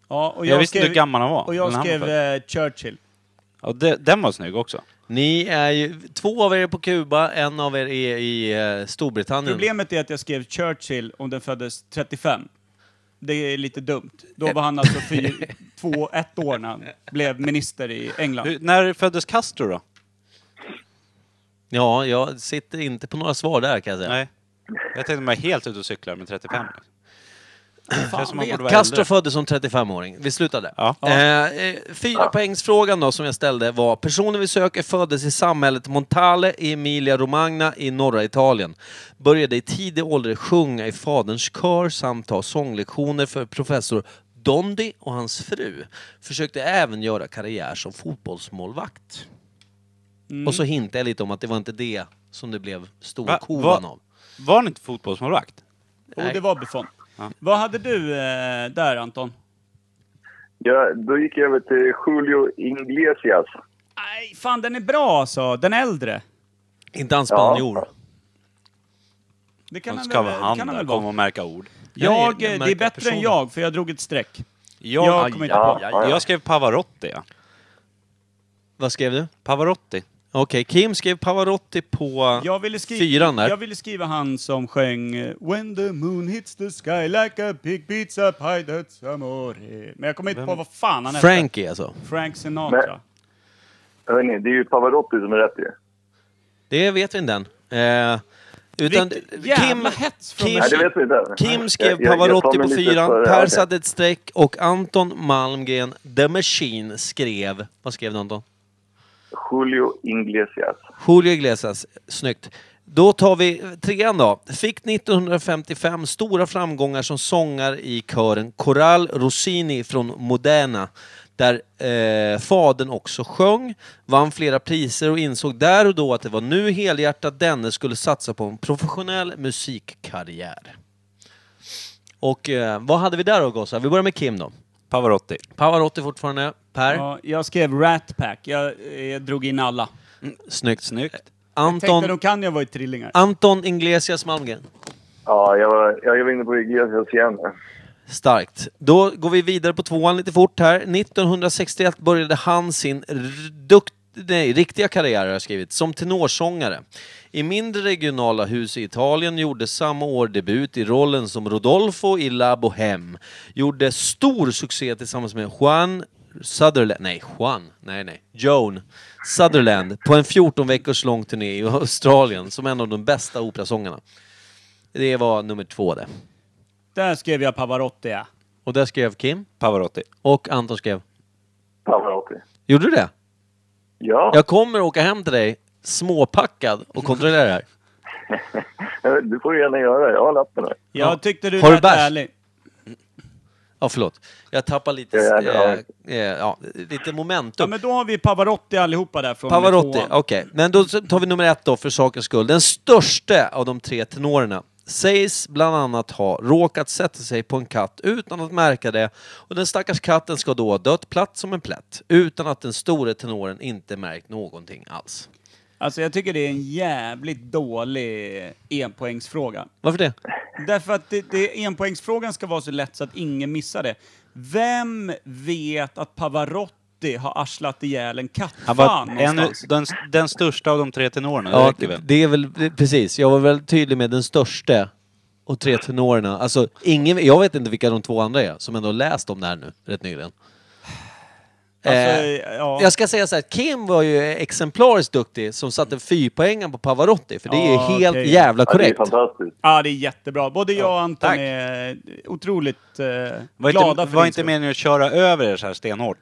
S1: ja och
S5: Jag visste inte hur gammal han var,
S1: Och jag
S5: men han var
S1: skrev eh, Churchill.
S5: Ja, det, den var snygg också.
S2: Ni är ju... Två av er är på Kuba, en av er är i eh, Storbritannien.
S1: Problemet är att jag skrev Churchill om den föddes 35. Det är lite dumt. Då var han alltså fyra, två, ett år när han blev minister i England.
S5: Hur, när föddes Castro då?
S2: Ja, jag sitter inte på några svar där kan jag säga.
S5: Nej. Jag tänkte mig helt ute och cyklar med 35. Det känns som man borde vara
S2: Castro
S5: äldre.
S2: föddes som 35-åring. Vi slutade.
S5: Ja.
S2: Eh, eh, fyra poängsfrågan då som jag ställde var personen vi söker föddes i samhället Montale i Emilia Romagna i norra Italien. Började i tidig ålder sjunga i faderns kör samt ta sånglektioner för professor Dondi och hans fru. Försökte även göra karriär som fotbollsmålvakt. Och så hintade jag lite om att det var inte det som det blev
S5: Mm. Va?
S2: storkovan
S5: Va?
S2: av.
S5: Var han inte fotbollsmålvakt?
S1: Och det var Buffon. Vad hade du eh, där Anton?
S7: Ja, då gick jag över till Julio Iglesias.
S1: Nej, fan den är bra alltså. Den äldre.
S2: Inte han spanjor.
S7: Ja.
S1: Det kan
S5: Han
S1: han
S5: ska
S1: väl,
S5: vara
S1: det
S5: han
S1: kan han
S5: där,
S1: väl
S5: kommer
S1: vara.
S5: och märka ord.
S1: Jag,
S2: Jag är-
S1: eh,
S2: jag
S1: det är
S2: märker
S1: bättre
S2: personen.
S1: än jag, för jag drog ett streck.
S5: Jag,
S1: Jag kommer inte
S7: Ja,
S1: på.
S7: ja, ja.
S5: jag skrev Pavarotti ja.
S2: Vad skrev du?
S5: Pavarotti.
S2: Okej, Kim skrev Pavarotti på
S1: Jag ville, skriva,
S2: fyran där.
S1: jag ville skriva han som sjöng eh, When the moon hits the sky like a big pizza pie that's amore. Men jag kommer inte på vad fan han hette.
S2: Frankie alltså.
S1: Frank Sinatra.
S7: Hörrni, det är ju Pavarotti som är rätt ju.
S2: Det vet vi inte än. Eh, utan
S1: Vilket
S2: Kim,
S1: jävla hets från
S2: Kim,
S1: den-
S7: Nej, det vet vi inte.
S2: Kim skrev
S7: Jag- jag- jag tar
S2: Pavarotti
S7: mig
S2: på
S7: lite
S2: fyran,
S7: före-
S2: Per
S7: okej.
S2: satte ett streck och Anton Malmgren, The Machine, skrev... Vad skrev du Anton?
S7: Julio Iglesias.
S2: Julio Iglesias, snyggt. Då tar vi trean då. Fick 1955 stora framgångar som sångare i kören Coral Rossini från Modena där eh, fadern också sjöng, vann flera priser och insåg där och då att det var nu helhjärtat denne skulle satsa på en professionell musikkarriär. Och eh, vad hade vi där då gossar? Vi börjar med Kim då.
S5: Pavarotti.
S2: Pavarotti fortfarande, Per.
S1: Ja, jag skrev Rat Pack. Jag, eh, drog in alla.
S2: Snyggt.
S5: Snyggt.
S1: Anton... Tänkte
S2: Anton,
S1: de kan jag vara i Trillingar.
S2: Anton Inglesias Malmgren.
S7: Ja, jag var, jag var inne på Iglesias igen.
S2: Starkt. Då går vi vidare på tvåan lite fort här. 1961 började han sin r- dukt, nej, riktiga karriär har jag skrivit, som tenorsångare. I mindre regionala hus i Italien gjorde samma år debut i rollen som Rodolfo i La Bohème. Gjorde stor succé tillsammans med Juan Sutherland, nej Juan, nej nej, Joan Sutherland på en 14 veckors lång turné i Australien som en av de bästa operasångarna. Det var nummer två det.
S1: Där skrev jag Pavarotti, ja.
S2: Och där skrev Kim.
S5: Pavarotti.
S2: Och Anton skrev.
S7: Pavarotti.
S2: Gjorde du det?
S7: Ja,
S2: Jag kommer åka hem till dig småpackad och kontrollera det här.
S7: eh, du får gärna göra det. Jag har lappen här.
S1: Jag tyckte du
S2: Har du
S1: lät
S2: bärs?
S1: ärlig.
S2: Ja, förlåt. Jag tappar lite,
S7: Ja, ja,
S2: eh, eh, ja, lite
S1: Ja,
S2: momentum.
S1: men då har vi Pavarotti allihopa där från
S2: Pavarotti,
S1: tvåan.
S2: okej. Men då tar vi nummer ett då för sakens skull. Den största av de tre tenorerna sägs bland annat ha råkat sätta sig på en katt utan att märka det och den stackars katten ska då ha dött platt som en plätt utan att den store tenoren inte märkt någonting alls.
S1: Alltså jag tycker det är en jävligt dålig enpoängsfråga.
S2: Varför det?
S1: Därför att det, det, enpoängsfrågan ska vara så lätt så att ingen missar det. Vem vet att Pavarotti har arslat ihjäl en
S5: Han var
S1: kattfan
S5: en,
S1: någonstans?
S5: den, den största av de tre tenorerna, det
S2: Ja,
S5: räcker
S2: det,
S5: väl?
S2: är väl det- precis. Jag var väl tydlig med den största och tre tenorerna. Alltså, ingen, jag vet inte vilka de två andra är som ändå har läst om det här nu rätt nyligen.
S1: Alltså,
S2: eh,
S1: ja.
S2: Jag ska säga så här, Kim var ju exemplariskt duktig som satte fyrpoängen på Pavarotti, för det är ju
S1: Ja,
S2: helt
S1: okej.
S2: jävla
S7: Ja, det är
S2: korrekt.
S7: fantastiskt.
S1: Ja, det är jättebra. Både jag och Anton
S5: tack.
S1: är otroligt eh,
S5: Var
S1: glada
S5: inte,
S1: för
S5: var
S1: din
S5: inte
S1: skull.
S5: meningen att köra över er så här stenhårt.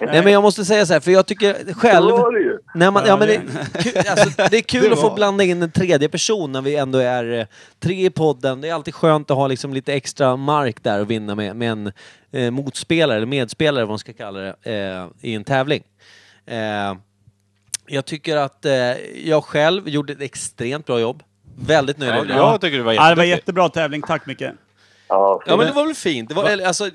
S2: Nej men jag måste säga så här, för jag tycker själv...
S7: Så var det ju.
S2: När man, ja,
S1: Ja,
S2: men det,
S1: det-
S2: ku- alltså, det är kul
S1: Det
S2: att få
S1: var-
S2: blanda in en tredje person när vi ändå är eh, tre i podden. Det är alltid skönt att ha liksom lite extra mark där och vinna med, med en eh, motspelare, eller medspelare vad man ska kalla det, eh, i en tävling. Eh, jag tycker att eh, jag själv gjorde ett extremt bra jobb. Väldigt nöjd med det.
S5: Jag tycker det var
S1: Ja, det var
S5: jätteduktig.
S1: jättebra tävling. Tack Micke.
S7: Ja,
S2: Ja men det var väl fint. Det var, eller, alltså,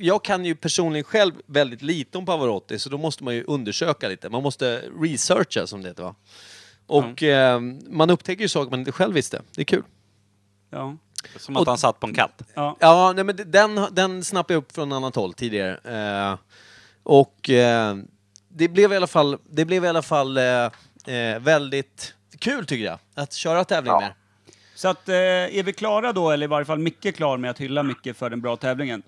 S2: jag kan ju personligen själv väldigt lite om Pavarotti så då måste man ju undersöka lite. Man måste researcha som det heter va? Och eh, man upptäcker ju saker man inte själv visste. Det är kul.
S1: Ja.
S5: Som att han satt på en katt.
S1: Ja.
S2: Ja, nej, men det- den, den snappade jag upp från annat håll tidigare. Eh, och eh, det blev i alla fall, det blev i alla fall eh, eh, väldigt kul tycker jag. Att köra tävling med.
S1: Så att, eh, är vi klara då, eller i varje fall Micke klar med att hylla Micke för den bra tävlingen?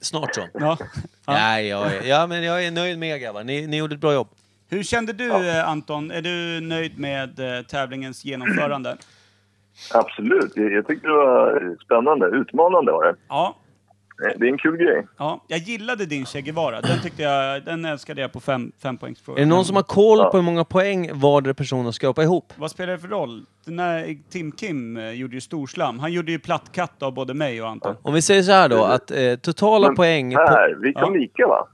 S2: Snart så.
S1: Ja. Ja.
S2: Nej, jag, är- ja, men jag är nöjd med er grabbar. Ni, ni gjorde ett bra jobb.
S1: Hur kände du eh, Anton? Är du nöjd med eh, tävlingens genomförande?
S7: absolut. Jag, jag tyckte det var spännande. Utmanande var det.
S1: Ja.
S7: Det är en kul grej.
S1: ja. Jag gillade din Che Guevara. Den, tyckte jag, den älskade jag på fem, fem
S2: Är det någon som har koll på hur många poäng vardera person har skrapat ihop?
S1: Vad spelar det för roll? Den där Tim Kim eh, gjorde ju storslam. Han gjorde ju plattkatt av både mig och Anton.
S2: Om vi säger så här då, att eh, totala
S7: Men
S2: poäng... På,
S7: Per, vi kan vika va?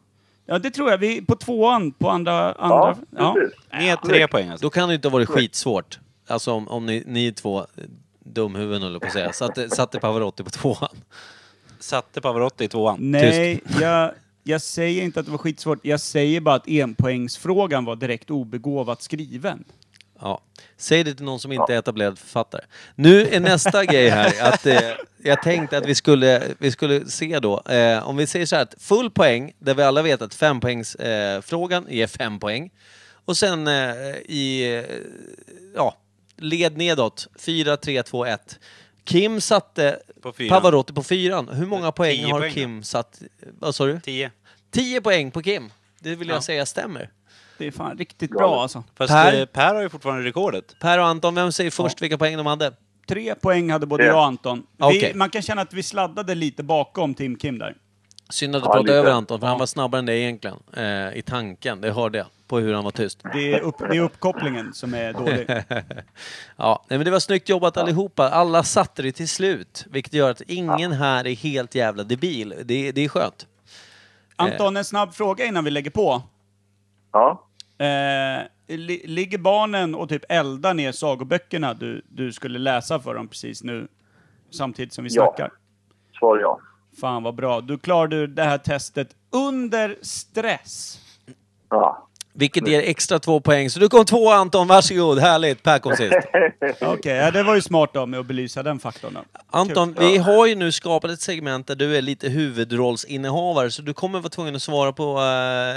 S1: Ja, det tror jag. Vi på tvåan på andra...
S7: Ja,
S1: andra
S7: precis.
S5: Ni är tre poäng alltså.
S2: då kan det ju inte ha varit skitsvårt. Alltså om, om ni, ni två eh, dumhuvuden håller på att säga, satte, satte Pavarotti på tvåan.
S5: Satte Pavarotti i
S1: Mm.
S5: tvåan.
S1: Nej, jag, jag säger inte att det var skitsvårt. Jag säger bara att enpoängsfrågan var direkt obegåvat skriven.
S2: Ja. Säg det till någon som inte är etablerad författare. Nu är nästa grej här att eh, jag tänkte att vi skulle, vi skulle se då. Eh, om vi säger så här att full poäng, där vi alla vet att fempoängsfrågan eh, frågan ger fem poäng. Och sen eh, i, eh, ja, led nedåt, fyra tre två ett Kim satte
S5: På fyran.
S2: Pavarotti på fyran. Hur många poäng
S5: Tio
S2: har
S5: poäng,
S2: Kim satt? Vad sa du?
S5: Tio.
S2: Tio poäng på Kim. Det vill jag
S5: Ja.
S2: säga stämmer.
S1: Det är fan riktigt
S7: Galet.
S1: bra alltså.
S5: Fast
S2: Per?
S5: per? Eh, per har ju fortfarande rekordet.
S2: Per och Anton, vem säger först vilka poäng de hade?
S1: Tre poäng hade både
S7: Ja.
S1: jag och Anton. Vi,
S2: Okej.
S1: Man kan känna att vi sladdade lite bakom Tim Kim där.
S2: Synd att du
S7: Ja,
S2: pratade
S7: lite.
S2: över Anton, för han var snabbare än dig egentligen. Eh, I tanken, det hörde jag. På hur han var tyst.
S1: Det är, upp, det är uppkopplingen som är dålig.
S2: Ja, nej, men det var snyggt jobbat allihopa. Alla satte det till slut. Vilket gör att ingen här är helt jävla debil. Det, det är skönt.
S1: Anton, en snabb fråga innan vi lägger på.
S7: Ja.
S1: Eh, li, ligger barnen och typ eldar ner sagoböckerna du, du skulle läsa för dem precis nu? Samtidigt som vi
S7: Ja.
S1: snackar.
S7: Svar ja.
S1: Fan vad bra. Du klarade det här testet under stress.
S7: ja.
S2: Vilket ger extra två poäng. Så du kom två Anton, varsågod. Härligt. Per kom sist.
S1: Okej, ja, det var ju smart av mig att belysa den faktorn då.
S2: Anton, vi har ju nu skapat ett segment där du är lite huvudrollsinnehavare. Så du kommer vara tvungen att svara på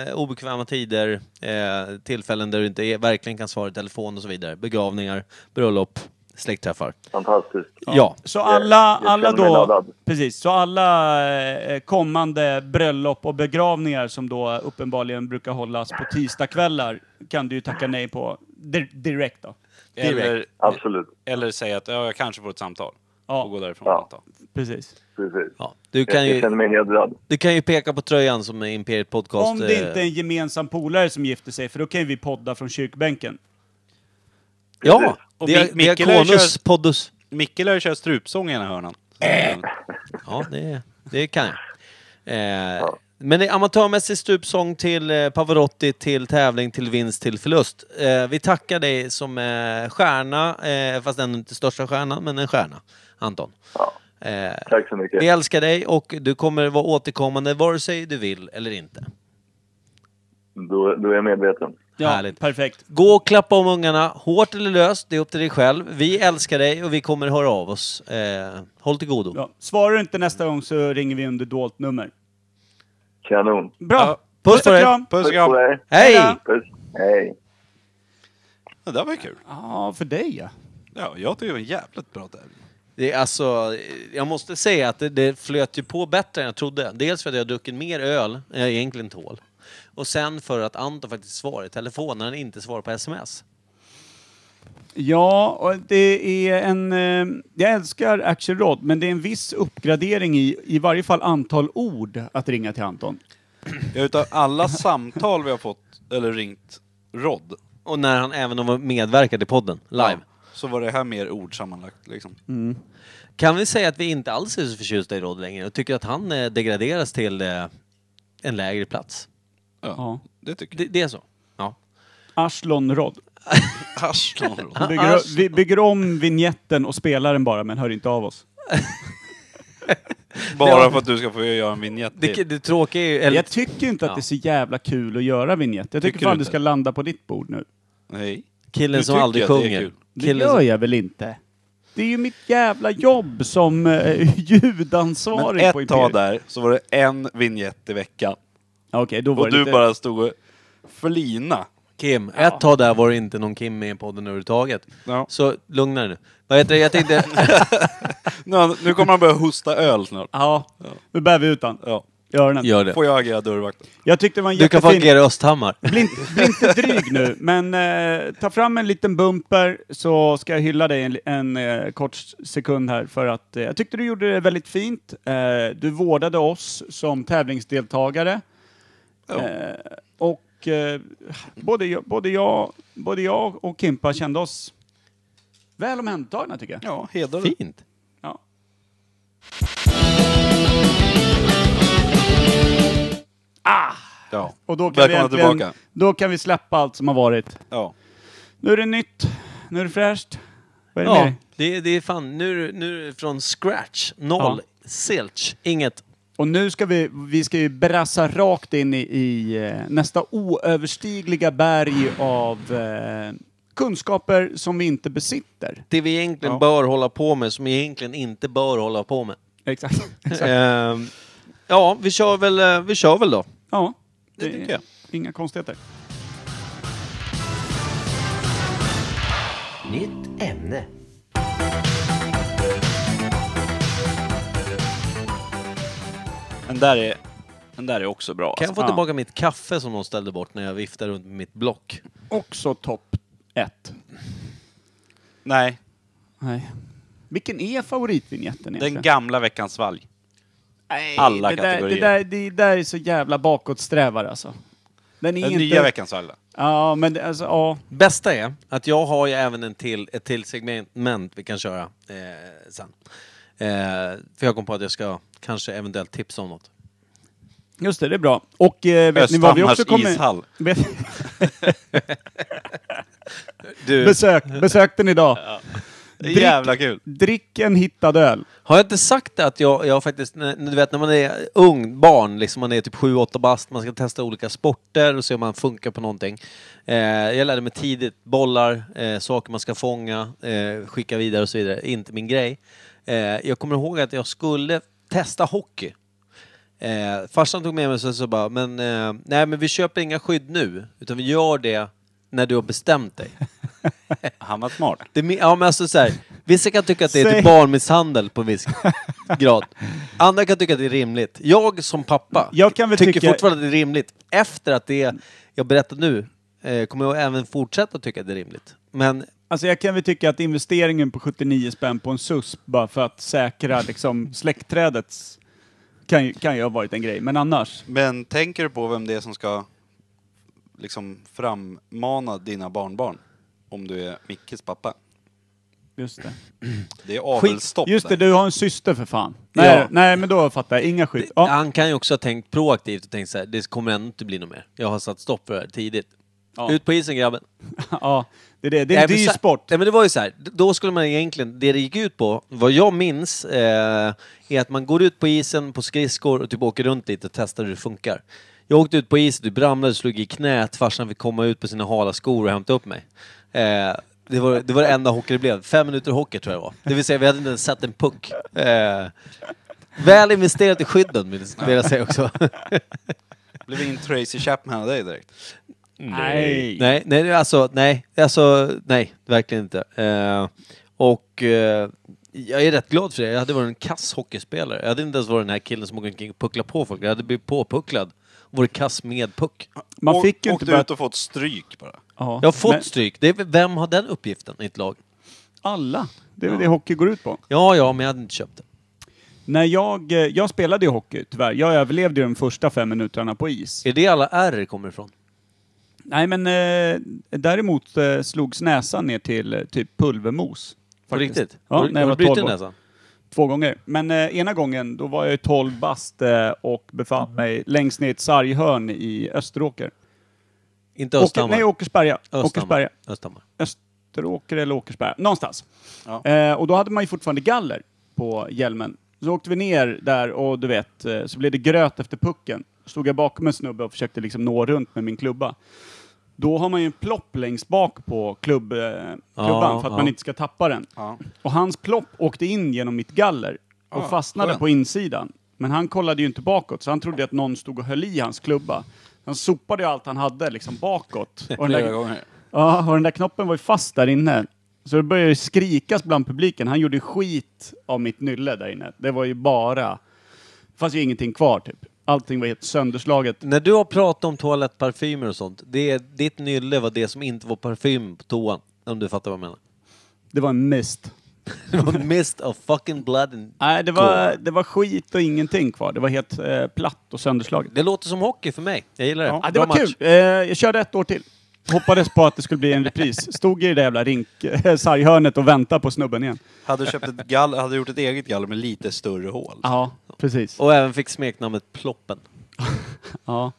S2: eh, obekväma tider, eh, tillfällen där du inte är, verkligen kan svara i telefon och så vidare. Begravningar, bröllop, släktträffar.
S7: Fantastiskt.
S2: ja.
S1: Så alla,
S7: jag
S1: alla
S7: känner mig
S1: då,
S7: laddad.
S1: precis, så alla eh, kommande bröllop och begravningar som då uppenbarligen brukar hållas på tisdagskvällar kan du ju tacka nej på di- direkt då.
S5: Eller,
S7: Absolut.
S5: eller säga att ja, jag kanske får ett samtal.
S1: Ja.
S5: Och gå därifrån.
S7: Ja.
S5: och ta.
S1: Precis.
S7: Precis.
S2: Ja, du
S7: Jag,
S2: kan
S7: jag
S2: ju...
S7: känner mig hedrad.
S2: Du kan ju peka på tröjan som är Imperiet Podcast.
S1: Om det
S2: eh,
S1: inte är en gemensam polare som gifter sig, för då kan ju vi podda från kyrkbänken.
S2: Ja!
S5: Och
S2: Dia-
S5: Mi- Micke lär ju
S2: Diakonus
S5: köra-
S2: Poddus.
S5: Micke lär ju köra strupsång i ena hörnan.
S7: Äh.
S2: Ja, det, det kan jag. Eh, men det är amatörmässig stupsång till eh, Pavarotti, till tävling, till vinst, till förlust. Eh, vi tackar dig som eh, stjärna, eh, fast ändå inte största stjärnan, men en stjärna. Anton.
S7: Ja.
S2: Eh,
S7: Tack så mycket.
S2: vi älskar dig och du kommer vara återkommande vare sig du vill eller inte.
S7: Då, då är jag medveten.
S1: Ja,
S2: Härligt.
S1: perfekt.
S2: Gå och klappa om ungarna, hårt eller löst, det är upp till dig själv. Vi älskar dig och vi kommer höra av oss. Eh, håll till godo.
S1: Ja. Svarar du inte nästa gång så ringer vi under dolt nummer.
S7: Kanon.
S1: Bra!
S5: Ja,
S2: puss
S1: Puss
S2: på
S1: och
S2: dig.
S1: kram!
S5: Puss och
S7: Puss på
S5: kram.
S7: dig.
S2: Hej!
S1: Hej då!
S7: Puss. Hej.
S5: Det där var ju kul.
S1: Ja, för dig ja.
S5: Ja, jag tycker det var en jävligt bra tävling.
S2: Det är alltså, jag måste säga att det, det flöt ju på bättre än jag trodde. Dels för att jag har druckit mer öl än jag egentligen tål. Och sen för att Anton faktiskt svarar i telefon när han inte svarar på sms.
S1: Ja, och det är en... Eh, jag älskar Action Rod, men det är en viss uppgradering i, i varje fall antal ord att ringa till Anton.
S5: Ja, utav alla samtal vi har fått, eller ringt, Rod,
S2: Och när han även var medverkade i podden, live.
S5: så var det här mer ord sammanlagt liksom.
S2: Kan vi säga att vi inte alls är så förtjusta i Rod längre och tycker att han eh, degraderas till eh, en lägre plats?
S5: Ja,
S1: Ja.
S5: det tycker
S2: Det, det är så? Ja.
S1: Arslon Rod.
S5: jag. Arslan Rod.
S1: Vi Bygger,
S2: Ars-
S1: vi bygger om vignetten och spelar den bara, men hör inte av oss.
S5: Bara för att du ska få göra en vignett
S2: Det,
S5: till.
S2: det tråkiga är ju... Eller,
S1: Jag tycker inte att
S2: Ja.
S1: det är så jävla kul att göra vignett. Jag tycker,
S5: Tycker du
S1: fan det
S5: inte?
S1: ska landa på ditt bord nu.
S5: Nej.
S2: Killen
S5: Du
S2: som
S5: tycker
S2: aldrig
S5: att det är
S2: sjunger.
S5: kul.
S1: Det
S2: Killen
S1: gör
S2: som,
S1: jag väl inte? Det är ju mitt jävla jobb som eh, ljudansvarig
S5: Men
S1: på
S5: ett tag
S1: Imperiet.
S5: där så var det en vignett i veckan.
S1: Okej, då var
S5: Och
S1: det
S5: du
S1: lite...
S5: bara stod och flina.
S2: Kim. Ett tag där var det inte någon Kim med i podden överhuvudtaget.
S5: Ja.
S2: Så lugna dig nu. Vad heter det? Jag tänkte...
S5: Nu, nu kommer han börja hosta öl snart.
S1: Ja, nu bär vi ut han.
S5: Ja.
S1: Öronen.
S2: Ah. Gör det.
S5: Får jag agera dörrvakt?
S1: Jag tyckte det var en
S2: Du kan få
S1: jättefin...
S2: agera Östhammar.
S1: Bli, inte- bli inte dryg nu, men eh, ta fram en liten bumper så ska jag hylla dig en, li- en eh, kort sekund här för att eh, jag tyckte du gjorde det väldigt fint. Eh, du vårdade oss som tävlingsdeltagare. Eh, och eh, både, jag, både, jag, både jag och Kimpa kände oss väl omhändertagna tycker jag.
S5: Ja, hedrar du.
S2: Fint.
S1: Ja.
S5: Ja.
S1: Och då kan, vi
S5: Välkomna
S1: äntligen,
S5: tillbaka.
S1: då kan vi släppa allt som har varit.
S5: Ja.
S1: Nu är det nytt, nu är det fräscht. Vad är det med
S2: Ja,
S1: dig?
S2: det, det är fan... Nu, är det- nu är det från scratch. Noll. Silch. Inget.
S1: Och nu ska vi, vi ska ju brassa rakt in i, i eh, nästa oöverstigliga berg av eh, kunskaper som vi inte besitter.
S2: Det vi egentligen
S5: Ja.
S2: bör hålla på med, som vi egentligen inte bör hålla på med.
S1: Exakt.
S5: Eh.
S2: Ehm, ja, vi kör väl, eh, vi kör väl då.
S1: ja,
S5: Det
S1: är
S5: tycker jag.
S1: Inga konstigheter.
S2: Nytt ämne.
S5: Den där är Den där är också bra.
S2: Kan jag
S5: Alltså.
S2: få tillbaka mitt kaffe som någon ställde bort när jag viftade runt mitt block?
S1: Också topp ett.
S5: Nej,
S1: Nej. Vilken är favoritvinjetten
S5: den
S1: egentligen?
S5: gamla Veckans valg.
S1: Nej,
S5: alla
S1: det där, det,
S5: kategorier.
S1: där, det där är så jävla bakåtsträvare alltså. Den är
S5: Den
S1: inte...
S5: nya Veckans valg.
S1: Ja, men det- alltså, ja.
S2: Bästa är att jag har ju även en till, ett till segment vi kan köra eh, sen. Eh, för jag kom på att jag ska kanske eventuellt tipsa om något.
S1: Just det, det är bra. Och eh, vet ni vad vi också
S5: Östhammars
S1: kommer...
S5: ishall.
S1: Vet,
S5: Du,
S1: besök, besök den idag.
S5: det är jävla kul.
S1: Drick en hittad öl.
S2: Har jag inte sagt det att jag, jag faktiskt, när- du vet när man är ung, barn, liksom man är typ 7-8 bast, man ska testa olika sporter och se om man funkar på någonting. Eh, jag lärde mig tidigt, bollar, eh, saker man ska fånga, eh, skicka vidare och så vidare. Inte min grej. Eh, jag kommer ihåg att jag skulle testa hockey. Eh, farsan tog med mig och så bara, men eh, nej men vi köper inga skydd nu, utan vi gör det när du har bestämt dig.
S5: Han var smart.
S2: Det, är mi- ja men alltså så här, vissa kan tycka att det är
S1: Säg-
S2: typ barnmisshandel på en viss grad. Andra kan tycka att det är rimligt. Jag som pappa
S1: Jag kan väl
S2: tycker
S1: tycka-
S2: fortfarande att det är rimligt. Efter att det jag berättar nu eh, kommer jag även fortsätta tycka att det är rimligt. Men
S1: Alltså jag kan väl tycka att investeringen på 79 spänn på en susp bara för att säkra liksom släktträdets kan ju, kan ju ha varit en grej, men annars.
S5: Men tänker du på vem det är som ska liksom frammana dina barnbarn? Om du är Mickes pappa.
S1: Just det.
S5: Det är avelsstopp
S1: Just det,
S5: där.
S1: du har en syster för fan. Nej,
S2: Ja.
S1: nej men då fattar jag. Inga skit. Ja.
S2: han kan ju också ha tänkt proaktivt och tänkt så här, det kommer ändå inte bli något mer. Jag har satt stopp för det här tidigt.
S1: Ja.
S2: Ut på isen grabben.
S1: ja, det är det. Det är en
S2: Nej, men
S1: dyr
S2: så-
S1: sport.
S2: Nej, men det var ju så här. d- Då skulle man egentligen, det det gick ut på, vad jag minns, eh, är att man går ut på isen på skridskor och typ åker runt lite och testar hur det funkar. Jag åkte ut på isen, typ ramlade, slog i knät, farsan fick komma ut på sina hala skor och hämta upp mig. Eh, det var, det var det enda hockey det blev. Fem minuter hockey tror jag det var. Det vill säga, vi hade inte ens sett en puck. Eh, väl investerat i skydden vill vill jag säga också.
S5: Blev ingen Tracy Chapman av dig direkt?
S1: Nej.
S2: Nej, nej, det är alltså, nej, det är alltså, nej, verkligen inte. Eh, och eh, jag är rätt glad för det. Jag hade varit en kass hockeyspelare. Jag hade inte ens varit den här killen som åker omkring och pucklar på folk. Jag hade blivit påpucklad och varit kass med puck.
S1: Man
S5: Åk-
S1: fick ju inte
S5: åkte
S1: börja...
S5: ut och fått stryk bara.
S1: Ja.
S2: Jag har fått
S1: Men
S2: stryk. Det är, väl- vem har den uppgiften i ett lag?
S1: alla. Det är väl det hockey går ut på.
S2: Ja, ja, men jag hade inte köpt det.
S1: När jag, eh, jag spelade ju hockey, tyvärr. Jag överlevde ju de första fem minuterna på is.
S2: Är det alla R kommer ifrån?
S1: Nej, men eh, däremot eh, slogs näsan ner till eh, typ pulvermos.
S2: På
S1: Faktiskt.
S2: riktigt?
S1: Ja,
S2: Har du-
S1: när jag
S2: har
S1: var
S2: du brutit
S1: 12 år.
S2: näsan?
S1: Två gånger. Men eh, ena gången, då var jag ju 12 bast eh, och befann mig längst ner i ett sarghörn i Österåker.
S2: Inte
S1: Åker,
S2: Östhammar?
S1: nej, Åkersberga.
S2: Östhammar.
S1: Åkersberga.
S2: Östhammar.
S1: Österåker eller Åkersberga. Någonstans.
S5: Ja.
S1: Eh, och då hade man ju fortfarande galler på hjälmen. Så åkte vi ner där och du vet, eh, så blev det gröt efter pucken. Stod jag bakom en snubbe och försökte liksom nå runt med min klubba. Då har man ju en plopp längst bak på klubb, eh, klubban för att
S2: ja.
S1: man inte ska tappa den.
S5: Ja.
S1: Och hans plopp åkte in genom mitt galler och
S5: Ah,
S1: fastnade
S5: skönt.
S1: på insidan. Men han kollade ju inte bakåt, så han trodde att någon stod och höll i hans klubba. Han sopade ju allt han hade liksom bakåt. Och den
S5: Flera
S1: där,
S5: gånger.
S1: Ja, och den där knoppen var ju fast där inne. Så det började ju skrikas bland publiken. Han gjorde skit av mitt nylle där inne. Det var ju bara... Det fanns ju ingenting kvar typ. Allting var helt sönderslaget.
S2: När du har pratat om toalettparfymer och sånt, det, är- ditt nylle var det som inte var parfym på toan. Om du fattar vad jag menar.
S1: Det var en mist.
S2: Det var mist of fucking blood and
S1: Nej, det var, det var skit och ingenting kvar. Det var helt eh, platt och sönderslaget.
S2: Det låter som hockey för mig. Jag gillar det.
S1: Ja, det var
S2: Bra match.
S1: kul. Eh, jag körde ett år till. Hoppades på att det skulle bli en repris. Stod i det där jävla rink, eh, sarghörnet och väntade på snubben igen.
S5: Hade du köpt ett gall, hade du gjort ett eget galler med lite större hål?
S1: Ja, precis.
S2: Och även fick smeknamnet Ploppen.
S1: Ja.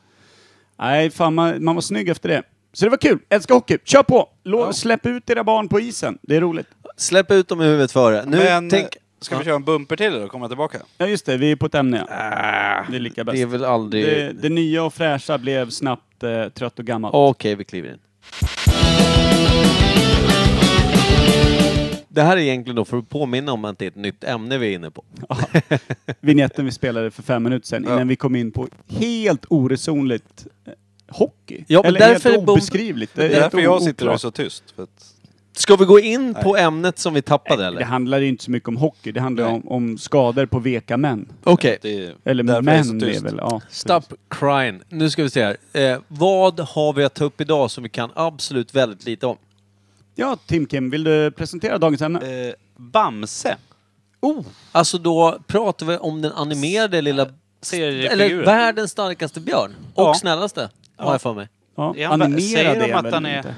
S1: Nej, fan man, man var snygg efter det. Så det var kul. Älskar hockey. Kör på! Lå, Släpp ut era barn på isen. Det är roligt.
S2: Släpp ut dem i huvudet före. Nu,
S5: Men eh,
S2: tänk...
S5: ska vi köra en bumper till eller komma tillbaka?
S1: Ja, just det. Vi är på ett ämne. ja.
S5: Ah,
S1: Det är lika bäst.
S2: Det är väl aldrig...
S1: det, det nya och fräscha blev snabbt eh, trött och gammalt.
S2: Okej, vi kliver in. Det här är egentligen då för att påminna om att det är ett nytt ämne vi är inne på.
S1: Vignetten vi spelade för fem minuter sedan
S5: Ja.
S1: innan vi kom in på helt oresonligt eh, hockey.
S2: Ja, men
S1: Eller
S2: därför är
S1: helt
S2: bom-
S1: obeskrivligt.
S5: Det är
S1: helt
S5: därför jag
S1: o-
S5: sitter och är
S1: oklart.
S5: så tyst. För att
S2: Ska vi gå in på ämnet som vi tappade
S1: Det
S2: eller?
S1: handlar ju inte så mycket om hockey, det handlar ju om, om skador på veka män.
S2: Okej.
S5: Det är
S1: Eller
S5: därför det är så
S1: män, det är
S5: tyst.
S1: väl... Ja,
S2: Stop crying. Nu ska vi se här. Eh, vad har vi att ta upp idag som vi kan absolut väldigt lite om?
S1: ja Tim Kim, vill du presentera dagens ämne?
S5: Eh, Bamse.
S1: Oh!
S2: Alltså då pratar vi om den animerade lilla...
S8: Seriefiguren.
S2: Eller världens starkaste björn. Och
S8: Ja.
S2: snällaste, har jag för mig.
S1: Ja,
S8: Är han-
S1: animera
S8: säger de
S1: det
S8: att
S1: väl
S8: han är-
S1: inte.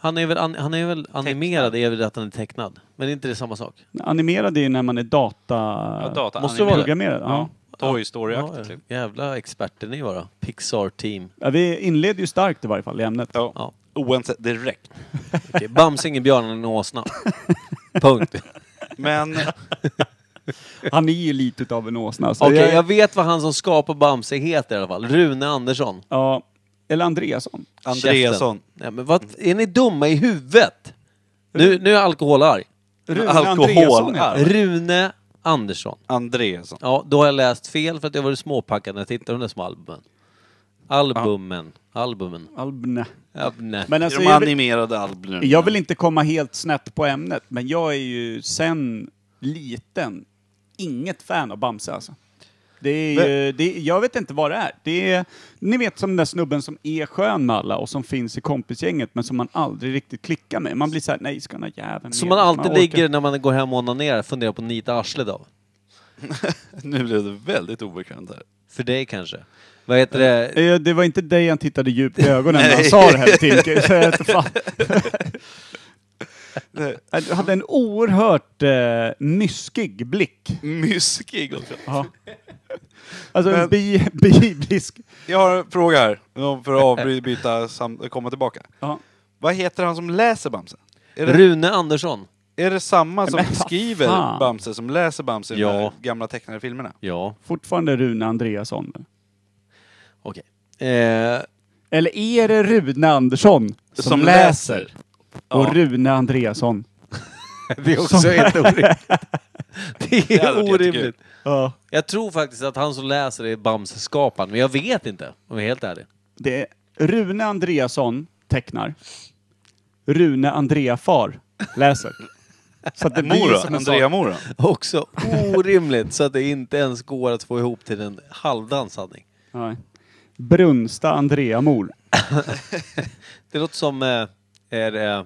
S2: Han är väl, an, han är väl animerad, är väl att han är tecknad. Men det är inte det samma sak?
S1: Animerad är ju när man är data...
S8: Ja, data.
S2: Måste det vara det?
S1: programmerad. Ja.
S8: Toy story
S2: Ja, ja. jävla experter ni var då. Pixar-team.
S1: Ja, vi inleder ju starkt i varje fall i ämnet.
S5: Ja.
S2: Ja.
S5: Oense direkt.
S2: Okej, Bamse, ingen björn, en åsna. Punkt.
S5: Men
S1: Han är ju lite utav en åsna. så
S2: Okej,
S1: jag-
S2: jag vet vad han som skapar Bamse heter i alla fall. Rune Andersson.
S1: Ja, eller Andreasson.
S5: Andreasson.
S2: Käften. Nej, men vad, är ni dumma i huvudet? Nu, nu är jag alkoholarg.
S1: Rune
S5: Alkohol.
S1: Andreasson heter han.
S2: Rune Andersson.
S5: Andreasson.
S2: Ja, då har jag läst fel för att jag var småpackad när jag tittade på de där små albumen. Albumen. Albumen.
S1: Albne.
S2: Abne.
S1: Men
S5: I
S1: alltså,
S5: de
S1: jag, vill,
S5: animerade albumen.
S1: jag vill inte komma helt snett på ämnet, men jag är ju sen liten inget fan av Bamse alltså. Det är ju, det, jag vet inte vad det är. Det är. Ni vet som den där snubben som är skön med alla och som finns i kompisgänget men som man aldrig riktigt klickar med. Man blir såhär, nej ska den här jäveln
S2: Som
S1: med?
S2: man alltid
S1: orkar
S2: ligger när man går hem och onanerar funderar på att nita arslet av.
S5: Nu blev det väldigt obekvämt här.
S2: För dig kanske. Vad heter det?
S1: Eh, Det var inte dig han tittade djupt i ögonen när han sa det här Tinker. Så jag vet inte fan. Eh, Du hade en oerhört eh, myskig blick.
S5: Myskig också.
S1: Ja. Alltså en bi, biblisk...
S5: Jag har en fråga här, för att avbryta samt komma tillbaka.
S1: Ja.
S5: Vad heter han som läser Bamse? Är det,
S2: Rune Andersson.
S5: är det samma som
S1: Men vad
S5: skriver
S1: fan.
S5: Bamse som läser Bamse i
S2: Ja.
S5: de här gamla tecknade filmerna?
S2: Ja,
S1: Fortfarande Rune Andreasson. väl?
S2: okej. Eh,
S1: Eller är det Rune Andersson som,
S5: Som
S1: läser?
S5: läser.
S1: Och Rune Andreasson.
S2: det är också helt orimligt. Det
S5: hade
S2: är
S5: varit
S2: orimligt.
S5: jättekul.
S1: Ja.
S2: Jag tror faktiskt att han som läser är Bamse-skaparen, men jag vet inte om jag är helt ärlig.
S1: Det är Rune Andreasson tecknar. Rune Andrea far läser. Så att det blir
S5: Mora,
S1: som en sak.
S5: Andrea Mora.
S2: Också orimligt så att det inte ens går att få ihop till en halvdan sanning.
S1: Nej. Brunsta Andrea Mor.
S2: Det låter som... Eh, är, eh,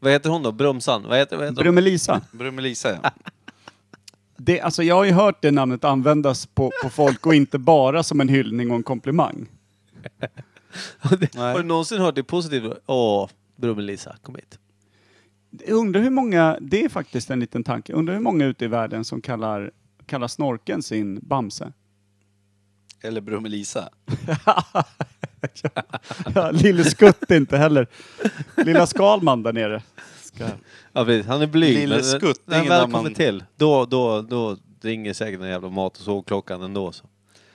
S2: vad heter hon då? Brumsan? Vad heter, vad heter hon?
S1: Brummelisa.
S5: Brummelisa ja.
S1: Det, alltså jag har ju hört det namnet användas på, på folk och inte bara som en hyllning och en komplimang.
S2: Har du någonsin hört det positivt? Åh, Brummelisa, kom hit.
S1: Jag undrar hur många, det är faktiskt en liten tanke, jag undrar hur många ute i världen som kallar, kallar snorken sin Bamse?
S5: Eller Brummelisa.
S1: Ja, Lille Skutt inte heller. Lilla Skalman där nere. Ska.
S2: Ja, precis. Han är blyg.
S5: Lille
S2: men
S5: skutt,
S2: När han
S5: ingen
S2: väl kommer
S5: annan-
S2: till, då, då, då ringer säkert den jävla mat och sågklockan ändå. Så.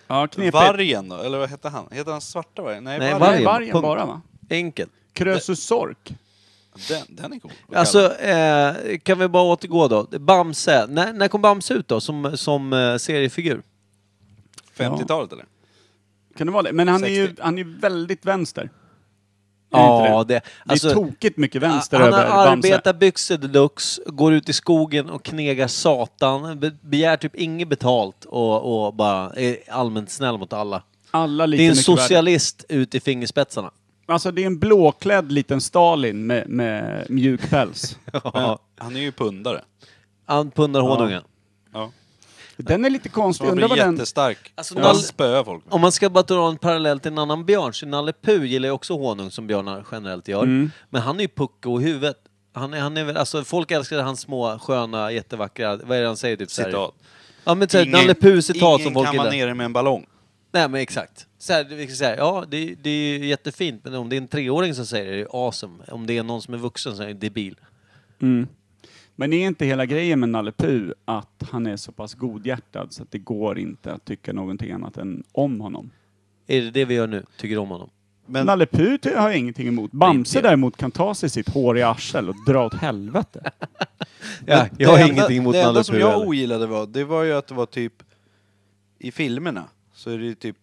S1: Ja, knepigt.
S5: Vargen då? Eller vad hette han? Heter han Svarta Vargen? Nej,
S2: Nej,
S5: vargen.
S1: vargen,
S2: vargen, punkt.
S1: bara va?
S2: Enkelt.
S1: Krösus Sork.
S5: Den, den är cool.
S2: Alltså, eh, kan vi bara återgå då? Bamse. När, när kom Bamse ut då, som, som eh, seriefigur?
S5: 50-talet eller?
S1: Kan det vara det? Men han är ju,
S5: 60.
S1: han är ju väldigt vänster. Är
S2: Ja,
S1: inte
S2: det... alltså,
S1: Det är tokigt mycket vänster
S2: Ah, han
S1: över
S2: har
S1: Bamse.
S2: arbetarbyxor deluxe, går ut i skogen och knegar satan, be- begär typ inget betalt och, och bara är allmänt snäll mot alla.
S1: Alla lite
S2: Det är en
S1: mycket värre.
S2: socialist ut i fingerspetsarna.
S1: Alltså det är en blåklädd liten Stalin med, med mjuk päls.
S2: Ja.
S5: Han är ju pundare.
S2: Han pundar honungen.
S5: Ja.
S1: Den är lite
S5: Så
S1: konstig.
S5: han
S1: Undrar
S5: blir
S1: vad den...
S5: jättestark.
S2: Alltså,
S5: och
S2: Nalle-
S5: han spöar folk.
S2: Om man ska bara dra en parallell till en annan björn, så Nalle Puh gillar ju också honung som björnar generellt gör.
S1: Mm.
S2: Men han är ju pucko i huvudet. Han är, han är väl, alltså, folk älskar hans små, sköna, jättevackra, vad är det han säger? Typ, så här-
S5: Citat.
S2: Ja men såhär,
S5: Ingen-
S2: typ Nalle Puh-citat som
S5: ingen
S2: folk
S5: kan vara
S2: gillar.
S5: nere med en ballong.
S2: Nej men exakt. Så här, vi kan säga, ja det, det är ju jättefint men om det är en treåring som säger det, det är awesome. Om det är någon som är vuxen så är det debil.
S1: Men är inte hela grejen med Nalle Puh att han är så pass godhjärtad så att det går inte att tycka någonting annat än om honom?
S2: Är det det vi gör nu? Tycker om honom?
S5: Men-
S1: Nalle Puh ty- har jag ingenting emot. Bamse däremot kan ta sig sitt hår i arsel och dra åt helvete.
S2: Ja,
S5: Men
S2: jag har
S5: det enda-
S2: ingenting emot
S5: Det
S2: Nalle
S5: enda som
S2: Puh
S5: jag
S2: heller.
S5: ogillade var, det var ju att det var typ i filmerna så är det ju typ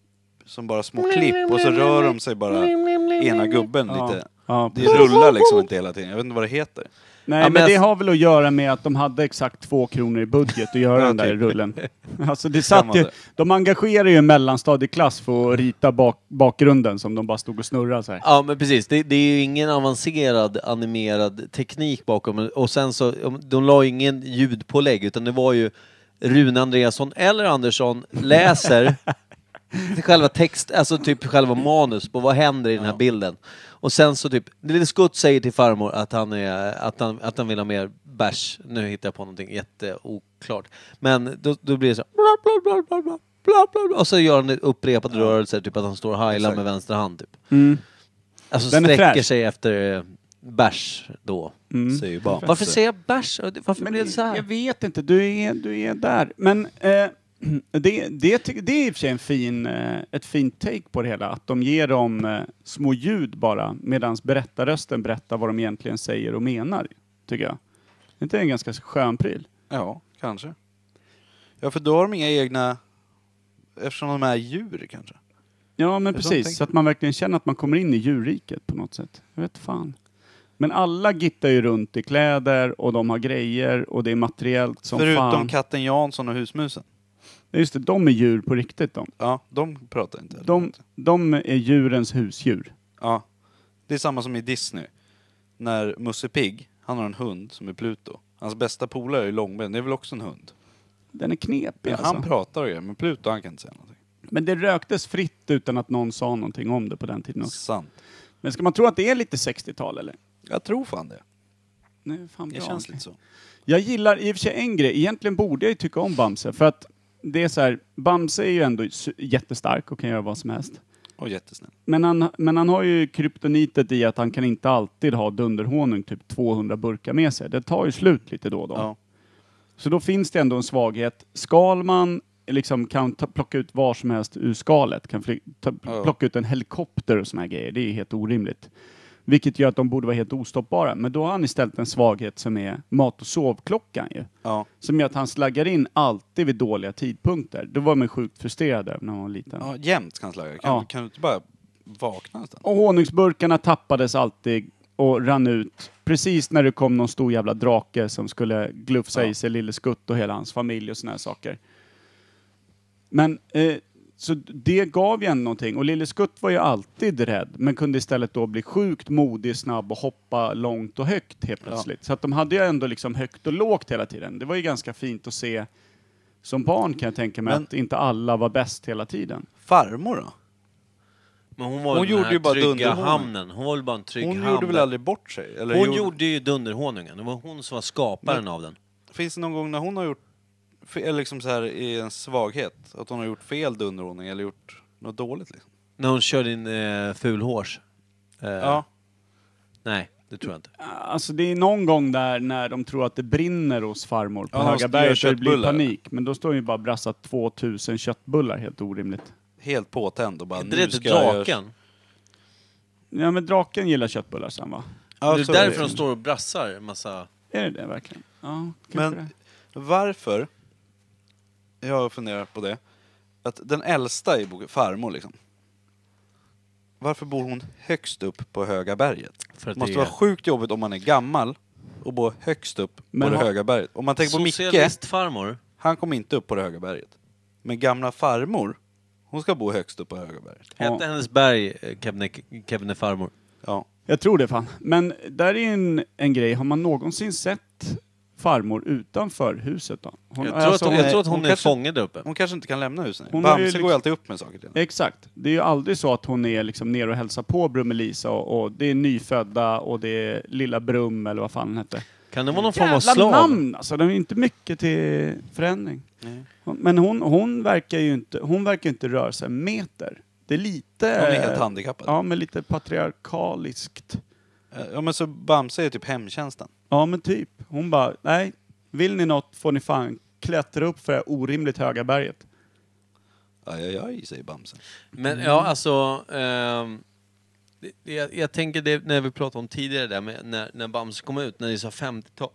S5: som bara små klipp och så rör de sig bara ena gubben
S1: Ja.
S5: lite.
S1: Ja,
S5: Det rullar liksom inte hela tiden. Jag vet inte vad det heter.
S1: Nej,
S2: Ja, men
S1: men det
S2: jag-
S1: har väl att göra med att de hade exakt två kronor i budget att göra
S5: Ja,
S1: den där
S5: typ.
S1: rullen. Alltså det satt ju,
S5: Skämmande.
S1: de engagerade ju en mellanstadieklass för att rita bak, bakgrunden som de bara stod och snurrade så här.
S2: Ja men precis, det, det är ju ingen avancerad animerad teknik bakom och sen så, om- de la ju ingen ljudpålägg utan det var ju Rune Andreasson eller Andersson läser själva text, alltså typ själva manus på vad händer i den här bilden. Och sen så typ, Lille Skutt säger till farmor att han, är, att han, att han vill ha mer bärs. Nu hittar jag på någonting jätteoklart. Men då, då blir det så här, bla, bla, bla, bla, bla, bla, bla, bla. Och så gör han upprepade rörelser, typ att han står och heilar med vänster hand. Typ. Alltså
S1: Den är
S2: sträcker
S1: fräsch.
S2: sig efter eh, bärs då.
S5: Säger ju bara.
S2: Varför säger jag bärs? Varför
S1: Men
S2: blev det så
S1: Jag
S2: här?
S1: vet inte, du är, du är där. Men eh, det, det, tycker- det är i och för sig en fin, eh, ett fint take på det hela, att de ger dem eh, små ljud bara, medan berättarrösten berättar vad de egentligen säger och menar, tycker jag. Det är inte en ganska skön pryl.
S5: Ja, kanske. Ja, för då har de inga egna... Eftersom de är djur kanske.
S1: Ja, men
S5: Det är sånt tänker
S1: precis. Så att man verkligen känner att man kommer in i djurriket på något sätt. Jag vet fan. Men alla gittar ju runt i kläder och de har grejer och det är materiellt som
S5: Förutom
S1: fan.
S5: katten Jansson och husmusen.
S1: Ja, Just det, de är djur på riktigt de.
S5: Ja, de pratar inte.
S1: De, de är djurens husdjur.
S5: Ja. Det är samma som i Disney. När Musse Pigg, han har en hund som är Pluto. Hans bästa polare är Långben, det är väl också en hund.
S1: Den är knepig
S5: Men
S1: alltså.
S5: han pratar och grejer, men Pluto han kan inte säga någonting.
S1: Men det röktes fritt utan att någon sa någonting om det på den tiden också.
S5: Sant.
S1: Men ska man tro att det är lite 60-tal eller?
S5: Jag tror fan det.
S1: Nej, fan
S5: Det
S1: bra.
S5: känns lite så.
S1: Jag gillar i och för sig en grej. Egentligen borde jag ju tycka om Bamse för att det är så här, Bamse är ju ändå su- jättestark och kan göra vad som helst.
S5: Och jättesnäll.
S1: Men han, men han har ju kryptonitet i att han kan inte alltid ha dunderhonung, typ 200 burkar med sig. Det tar ju slut lite då och då.
S5: Ja.
S1: Så då finns det ändå en svaghet. Skalman liksom kan ta, plocka ut var som helst ur skalet, kan fly, ta,
S5: Ja.
S1: plocka ut en helikopter och såna här grejer. Det är ju helt orimligt. Vilket gör att de borde vara helt ostoppbara. Men då har han istället en svaghet som är mat och sovklockan ju.
S5: Ja.
S1: Som gör att han slaggar in alltid vid dåliga tidpunkter. Det var man sjukt frustrerad över när man var liten.
S5: ja, jämt kan han slagga. Kan,
S1: Ja.
S5: kan du inte bara vakna någonstans?
S1: Och honungsburkarna tappades alltid och rann ut precis när det kom någon stor jävla drake som skulle glufsa
S5: Ja.
S1: i sig lille Skutt och hela hans familj och såna här saker. Men eh, så det gav ju ändå någonting och lille Skutt var ju alltid rädd men kunde istället då bli sjukt modig, snabb och hoppa långt och högt helt plötsligt. Så att de hade ju ändå liksom högt och lågt hela tiden. Det var ju ganska fint att se som barn kan jag tänka mig
S5: Men-
S1: att inte alla var bäst hela tiden.
S5: Farmor då?
S2: Men hon var väl
S5: Hon
S2: den
S5: gjorde ju
S2: här
S5: bara
S2: trygga
S5: dunderhonung.
S2: hamnen. Hon var väl bara en trygg
S5: Hon
S2: hamn.
S5: gjorde väl aldrig bort sig? Eller
S2: Hon gjorde ju dunderhonungen. Det var hon som var skaparen av den.
S5: Finns det någon gång när hon har gjort, fe- eller liksom så här i en svaghet, att hon har gjort fel dunderordning eller gjort något dåligt liksom?
S2: När hon körde in eh, fulhårs. Eh,
S5: Ja.
S2: Nej, det tror jag inte.
S1: Alltså det är någon gång där när de tror att det brinner hos farmor på
S5: Ja, de
S1: Höga berget
S5: gör
S1: och det blir
S5: köttbullar.
S1: panik. Men då står hon ju bara och brassar 2000 köttbullar, helt orimligt.
S5: Helt påtänd och bara
S2: Det är
S5: nu
S2: inte
S5: ska jag göra...
S2: draken.
S1: Ja men draken gillar köttbullar sen va?
S5: Ja,
S2: det är
S5: så är
S2: därför de står och brassar en massa...
S1: Är det det verkligen? Ja, kanske
S5: Men
S1: det.
S5: varför, jag funderar på det, att den äldsta i boken, farmor liksom, varför bor hon högst upp på höga berget?
S2: För att
S5: det måste
S2: det är-
S5: vara sjukt jobbigt om man är gammal och bor högst upp
S1: Men
S5: på det
S1: vad-
S5: höga berget. Om man tänker på Micke,
S2: Socialistfarmor.
S5: han kom inte upp på det höga berget. Men gamla farmor, hon ska bo högst upp på höga berget.
S1: Ja.
S2: Hette hennes berg eh, Kebne- Kebnefarmor?
S5: Ja.
S1: Jag tror det fan. Men där är en, en grej, har man någonsin sett farmor utanför huset då? Hon,
S2: Jag tror,
S1: alltså,
S2: att,
S1: hon-
S2: jag tror att hon,
S5: hon
S2: är
S5: kanske-
S2: fånge där uppe.
S5: Hon kanske inte kan lämna huset.
S1: Hon
S5: Hon
S1: har ju
S5: Bamse
S1: liksom-
S5: går ju alltid upp med saker till henne.
S1: Exakt. Det är ju aldrig så att hon är liksom ner och hälsar på Brummelisa och, och det är nyfödda och det är lilla Brum eller vad fan den hette.
S2: Kan det vara någon form av
S1: Jävla
S2: slav?
S1: namn alltså, det är inte mycket till förändring. Hon- Men hon, hon verkar ju inte, hon verkar ju inte röra sig en meter. Det är lite...
S5: Hon är helt handikappad.
S1: Ja, men lite patriarkaliskt.
S5: Eh, Ja men så Bamse är typ hemtjänsten.
S1: Ja, men typ. Hon bara, nej, vill ni något får ni fan klättra upp för det här orimligt höga berget.
S5: Aj, aj, aj, säger Bamse.
S2: Men ja, alltså... ehm, det- det- jag, jag tänker det när vi pratade om tidigare där med när, när Bamse kom ut, när det är så 50-tal.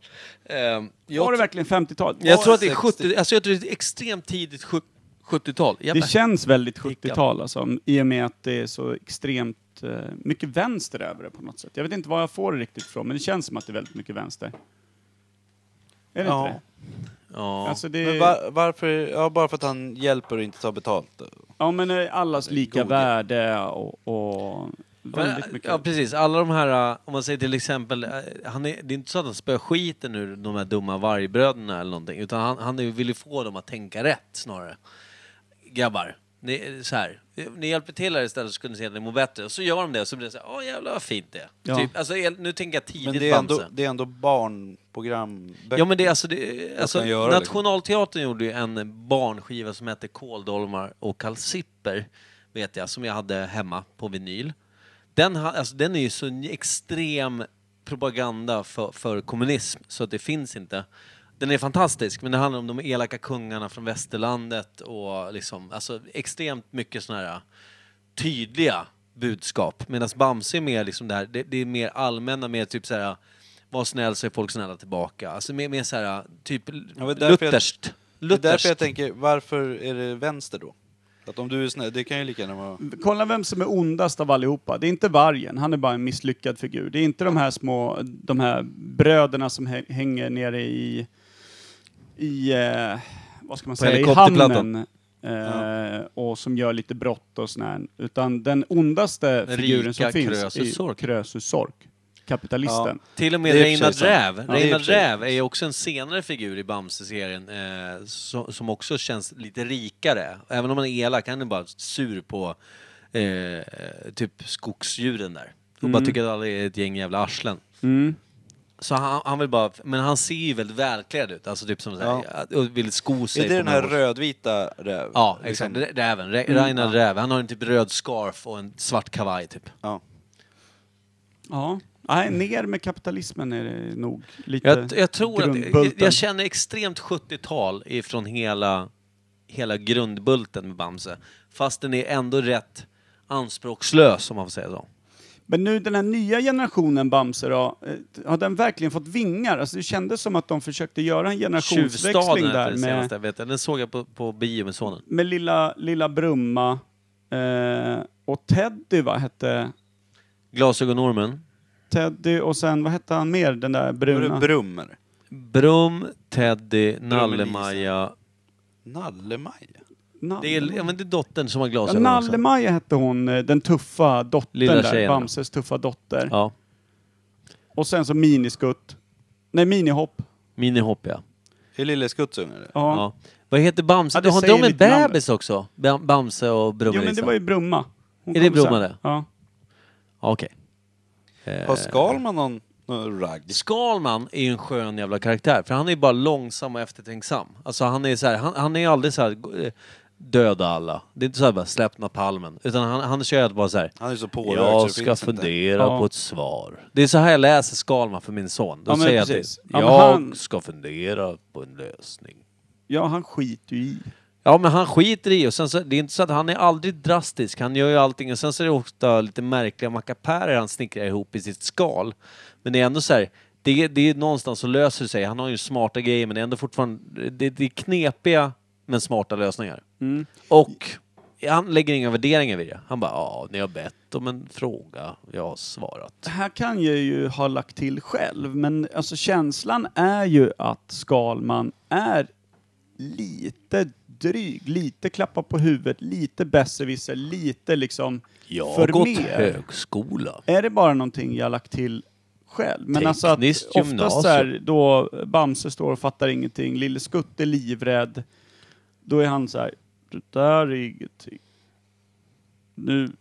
S2: Ehm, jag
S1: Var det verkligen 50-tal?
S2: Jag
S1: Var-
S2: tror att det är
S5: 60.
S2: 70, alltså jag tror det är extremt tidigt sju- 70-tal. Japp.
S1: Det känns väldigt 70-tal alltså, i och med att det är så extremt eh, mycket vänster över det på något sätt. Jag vet inte var jag får det riktigt ifrån, men det känns som att det är väldigt mycket vänster. Är det
S5: Ja.
S1: inte det?
S2: Ja.
S1: Alltså det
S5: Men var, varför? Ja, bara för att han hjälper och inte tar betalt.
S1: ja, men eh, allas lika
S5: God.
S1: värde och, och väldigt
S2: Men,
S1: mycket.
S2: Ja, precis. Alla de här, äh, om man säger till exempel, äh, han är, det är inte så att han spöar skiten ur de här dumma vargbröderna eller någonting, utan han, han är- vill ju få dem att tänka rätt snarare. Grabbar, ni, är så här, ni hjälper till här istället så skulle ni se att ni mår bättre. Och så gör de det och så blir det så här, åh jävlar vad fint det är."
S1: Ja.
S2: typ, alltså, el- Nu tänker jag tidigt
S5: Men det är ändå,
S2: Bamse.
S5: det är ändå barnprogram.
S2: Ja men det är alltså, det, alltså
S5: kan göra, liksom.
S2: Nationalteatern gjorde ju en barnskiva som hette Kåldolmar och kalsipper, vet jag, som jag hade hemma på vinyl. Den, ha, alltså, den är ju så en extrem propaganda för, för kommunism så att det finns inte. Den är fantastisk, men det handlar om de elaka kungarna från västerlandet och liksom, alltså extremt mycket sådana här äh, tydliga budskap. Medan Bamse är mer liksom det här, det, det är mer allmänna, mer typ så här var snäll så är folk snälla tillbaka. Alltså mer, mer så här typ
S5: men därför jag-
S2: lutherskt.
S5: Det är därför jag
S2: Lutherskt.
S5: tänker, varför är det vänster då? Att om du är snäll, det kan ju lika gärna vara...
S1: Kolla vem som är ondast av allihopa. Det är inte vargen, han är bara en misslyckad figur. Det är inte de här små, de här bröderna som hä- hänger nere i, i eh, vad ska man säga, i
S2: helikopterplattan.
S1: hamnen. Eh, Och som gör lite brott och sån här. Utan den ondaste
S2: Rika
S1: figuren som finns
S2: Krösus
S1: är
S2: Sork.
S1: Krösus Sork. Kapitalisten.
S2: Till och med
S5: Det är i och
S2: Reina
S5: för sig sant.
S2: Räv.
S5: Ja, det är i
S2: Reina
S5: och för sig
S2: Räv är ju också en senare figur i Bamse-serien eh, som, som också känns lite rikare. Även om han är elak, han är bara sur på eh, typ skogsdjuren där. Och
S5: Mm.
S2: bara tycker att alla är ett gäng jävla arslen.
S1: Mm.
S2: Så han, han vill bara, men han ser ju väldigt välklädd ut, alltså typ som såhär, och vill sko sig
S5: Är det
S2: på
S5: den här
S2: något-
S5: rödvita räv?
S2: Ja,
S5: Liksom.
S2: exakt. Rä- Räven. Rä- Reinhard Räv. Han har en typ röd scarf och en svart kavaj typ.
S5: Ja.
S1: Ja. Nej, ner med kapitalismen är det nog. Lite
S2: Jag, jag tror att, jag,
S1: Eh, grundbulten.
S2: jag känner extremt 70-tal ifrån hela, hela grundbulten med Bamse. Fast den är ändå rätt anspråkslös om man får säga så.
S1: Men nu den här nya generationen Bamse då, eh, har den verkligen fått vingar? Alltså det kändes som att de försökte göra en generationsväxling
S2: Tjuvstaden hette
S1: där
S2: den senaste,
S1: med,
S2: vet jag. Den såg jag på, på bio med sonen.
S1: med lilla, lilla Brumma eh, och Teddy, vad hette
S2: Glasögonormen.
S1: Teddy och sen, vad hette han mer, den där
S5: Var det
S1: bruna?
S5: Brummer?
S2: Brum, Teddy, Nallemaja.
S5: Nallemaja?
S2: Det är, ja, men det är dottern som har
S1: Ja,
S2: glasögon också.
S1: Nallemaja hette hon, eh, den tuffa dottern
S2: Lilla
S1: där,
S2: tjejen, ja.
S1: Bamses tuffa dotter.
S2: Ja.
S1: Och sen så miniskutt. Nej, minihopp. Ja.
S2: Minihopp ja.
S5: Är Lille Skuttsun eller?
S1: ja.
S2: ja. Vad heter Bamse?
S1: Ja, det
S2: har inte
S1: säger
S2: de en
S1: lite namn.
S2: bebis också? Ba- Bamse och
S1: Jo men det
S2: Brummelisa?
S1: var ju Brumma. Hon
S2: Är det
S1: kom sen.
S2: Brumma det?
S1: Ja.
S2: Ja, Okej. Eh,
S5: Har Skalman någon, någon ragg?
S2: Skalman är ju en skön jävla karaktär, för han är ju bara långsam och eftertänksam. Alltså han är så här, han, han är ju aldrig så här eh, döda alla. Det är inte så här bara släpp napalmen. Utan han, han kör ju bara så här.
S5: Han är så pårökt så
S2: Jag
S5: det
S2: ska
S5: finns inte.
S2: fundera
S1: Ja.
S2: på ett svar. Det är så här jag läser Skalman för min son. Då
S1: Ja, men
S2: säger jag till,
S1: precis. Ja,
S2: jag
S1: men han-
S2: ska fundera på en lösning.
S1: Ja, han skiter ju i.
S2: Ja, men han skiter i och sen så, det är inte så att han är aldrig drastisk. Han gör ju allting och sen så är det ofta lite märkliga mackapärer han snickrar ihop i sitt skal. Men det är ändå så här, det, det är någonstans så löser det sig. Han har ju smarta grejer men det är ändå fortfarande, det, det är knepiga men smarta lösningar. Och han lägger inga värderingar vid det. Han bara, ja, ni har bett om en fråga, jag har svarat.
S1: Här kan jag ju ha lagt till själv, men alltså känslan är ju att Skalman är lite dryg, lite klappa på huvudet, lite besserwisser, lite liksom
S2: Jag har
S1: förmer.
S2: gått högskola.
S1: Är det bara någonting jag har lagt till själv? Men alltså att
S2: Tekniskt
S1: oftast
S2: gymnasium.
S1: så här, då Bamse står och fattar ingenting, Lille Skutt är livrädd, då är han så här, det där är ingenting. Nu,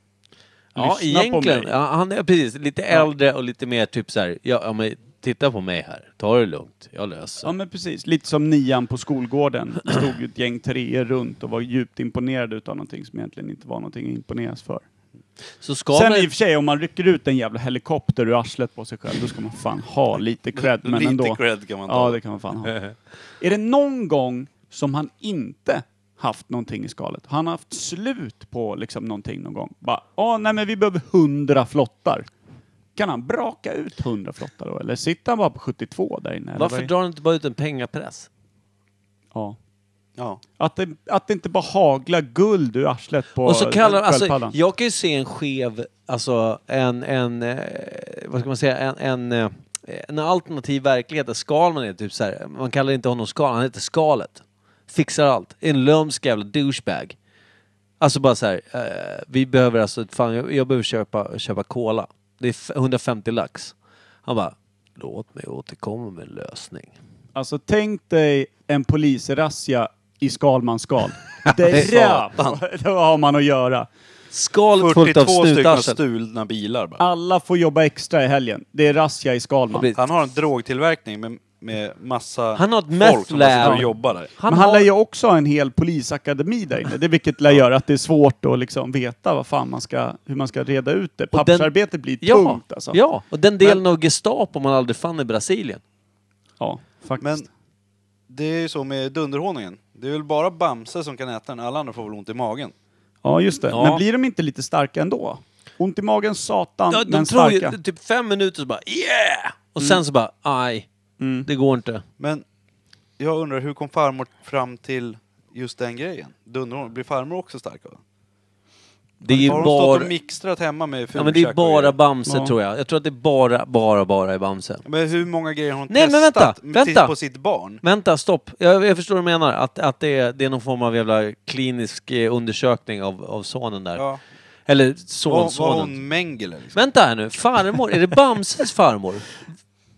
S2: Ja,
S1: lyssna på
S2: egentligen.
S1: mig.
S2: Ja, han är precis lite äldre och lite mer typ så här, ja, ja men titta på mig här, ta det lugnt, jag löser.
S1: Ja men precis, lite som nian på skolgården. Det stod ju ett gäng treor runt och var djupt imponerade utav någonting som egentligen inte var någonting att imponeras för.
S2: Så ska
S1: Sen
S2: man...
S1: i och för sig, om man rycker ut en jävla helikopter ur arslet på sig själv, då ska man fan ha lite cred. Men
S5: Lite
S1: ändå.
S5: cred kan man ta.
S1: Ja, det kan man fan ha. Är det någon gång som han inte haft någonting i skalet? Han har haft slut på liksom någonting någon gång. Bara, ja nej men vi behöver hundra flottar. Kan han braka ut hundra flottar då? Eller sitter han bara på 72 där inne? eller vad
S2: Varför
S1: är-
S2: drar han inte bara ut en pengapress?
S1: Ja.
S5: Ja.
S1: Att det, att det inte bara haglar guld ur arslet på
S2: Och så kallar alltså,
S1: sköldpaddan.
S2: jag kan ju se en skev, alltså en, en eh, vad ska man säga, en, en, eh, en alternativ verklighet där Skalman är typ så här. man kallar inte honom Skalman, han heter Skalet. Fixar allt. En lömsk jävla douchebag. Alltså bara så här, eh, vi behöver alltså, fan jag, jag behöver köpa, köpa cola. Det är f- 150 lax. Han bara, låt mig återkomma med en lösning.
S1: Alltså tänk dig en polisrazzia i Skalmans skal. Det
S5: Satan.
S1: Då har man att göra.
S2: Skalet fullt av
S5: 42 stycken
S2: snutarsel.
S5: stulna bilar bara.
S1: Alla får jobba extra i helgen. Det är razzia i Skalman.
S2: Precis.
S5: Han har en drogtillverkning med, med massa
S2: Han har ett
S5: folk
S2: meth
S5: som bara sitter
S2: lab.
S5: och jobbar där.
S1: Men han lär ju också ha en hel polisakademi där inne, det vilket lär göra att det är svårt att liksom veta vad fan man ska, hur man ska reda ut det.
S2: Och den-
S1: Pappersarbetet blir
S2: Ja,
S1: tungt alltså.
S2: ja, och den delen av Gestapo man aldrig fann i Brasilien.
S1: ja
S5: Men
S1: faktiskt.
S5: det är ju så med dunderhonungen. Det är väl bara Bamse som kan äta den, alla andra får väl ont i magen.
S1: ja, just det.
S2: Ja.
S1: Men blir de inte lite starka ändå? Ont i magen, satan,
S2: Ja, de
S1: men
S2: tror
S1: starka.
S2: ju typ fem minuter så bara yeah! Och
S5: Mm.
S2: sen så bara aj, det går inte.
S5: Men jag undrar, hur kom farmor fram till just den grejen? Dunderhonungen, blir farmor också stark av den?
S2: Det är ju
S5: Har hon stått
S2: bara...
S5: och mixtrat hemma med
S2: Ja, men det är
S5: fulkäk och
S2: bara
S5: grejer?
S2: Bamse
S1: Ja.
S2: tror jag. Jag tror att det är bara, bara, bara i Bamse.
S5: Men hur många grejer har hon
S2: Nej, men
S5: testat
S2: vänta,
S5: med-
S2: vänta.
S5: på sitt barn?
S2: Vänta, stopp. Jag, jag förstår vad du menar. Att, att det, är, det är någon form av jävla klinisk eh, undersökning av, av sonen där.
S5: Ja.
S2: Eller
S5: Var, var
S2: sonsonen.
S5: hon Mengele liksom?
S2: Vänta här nu, farmor, är det Bamses farmor?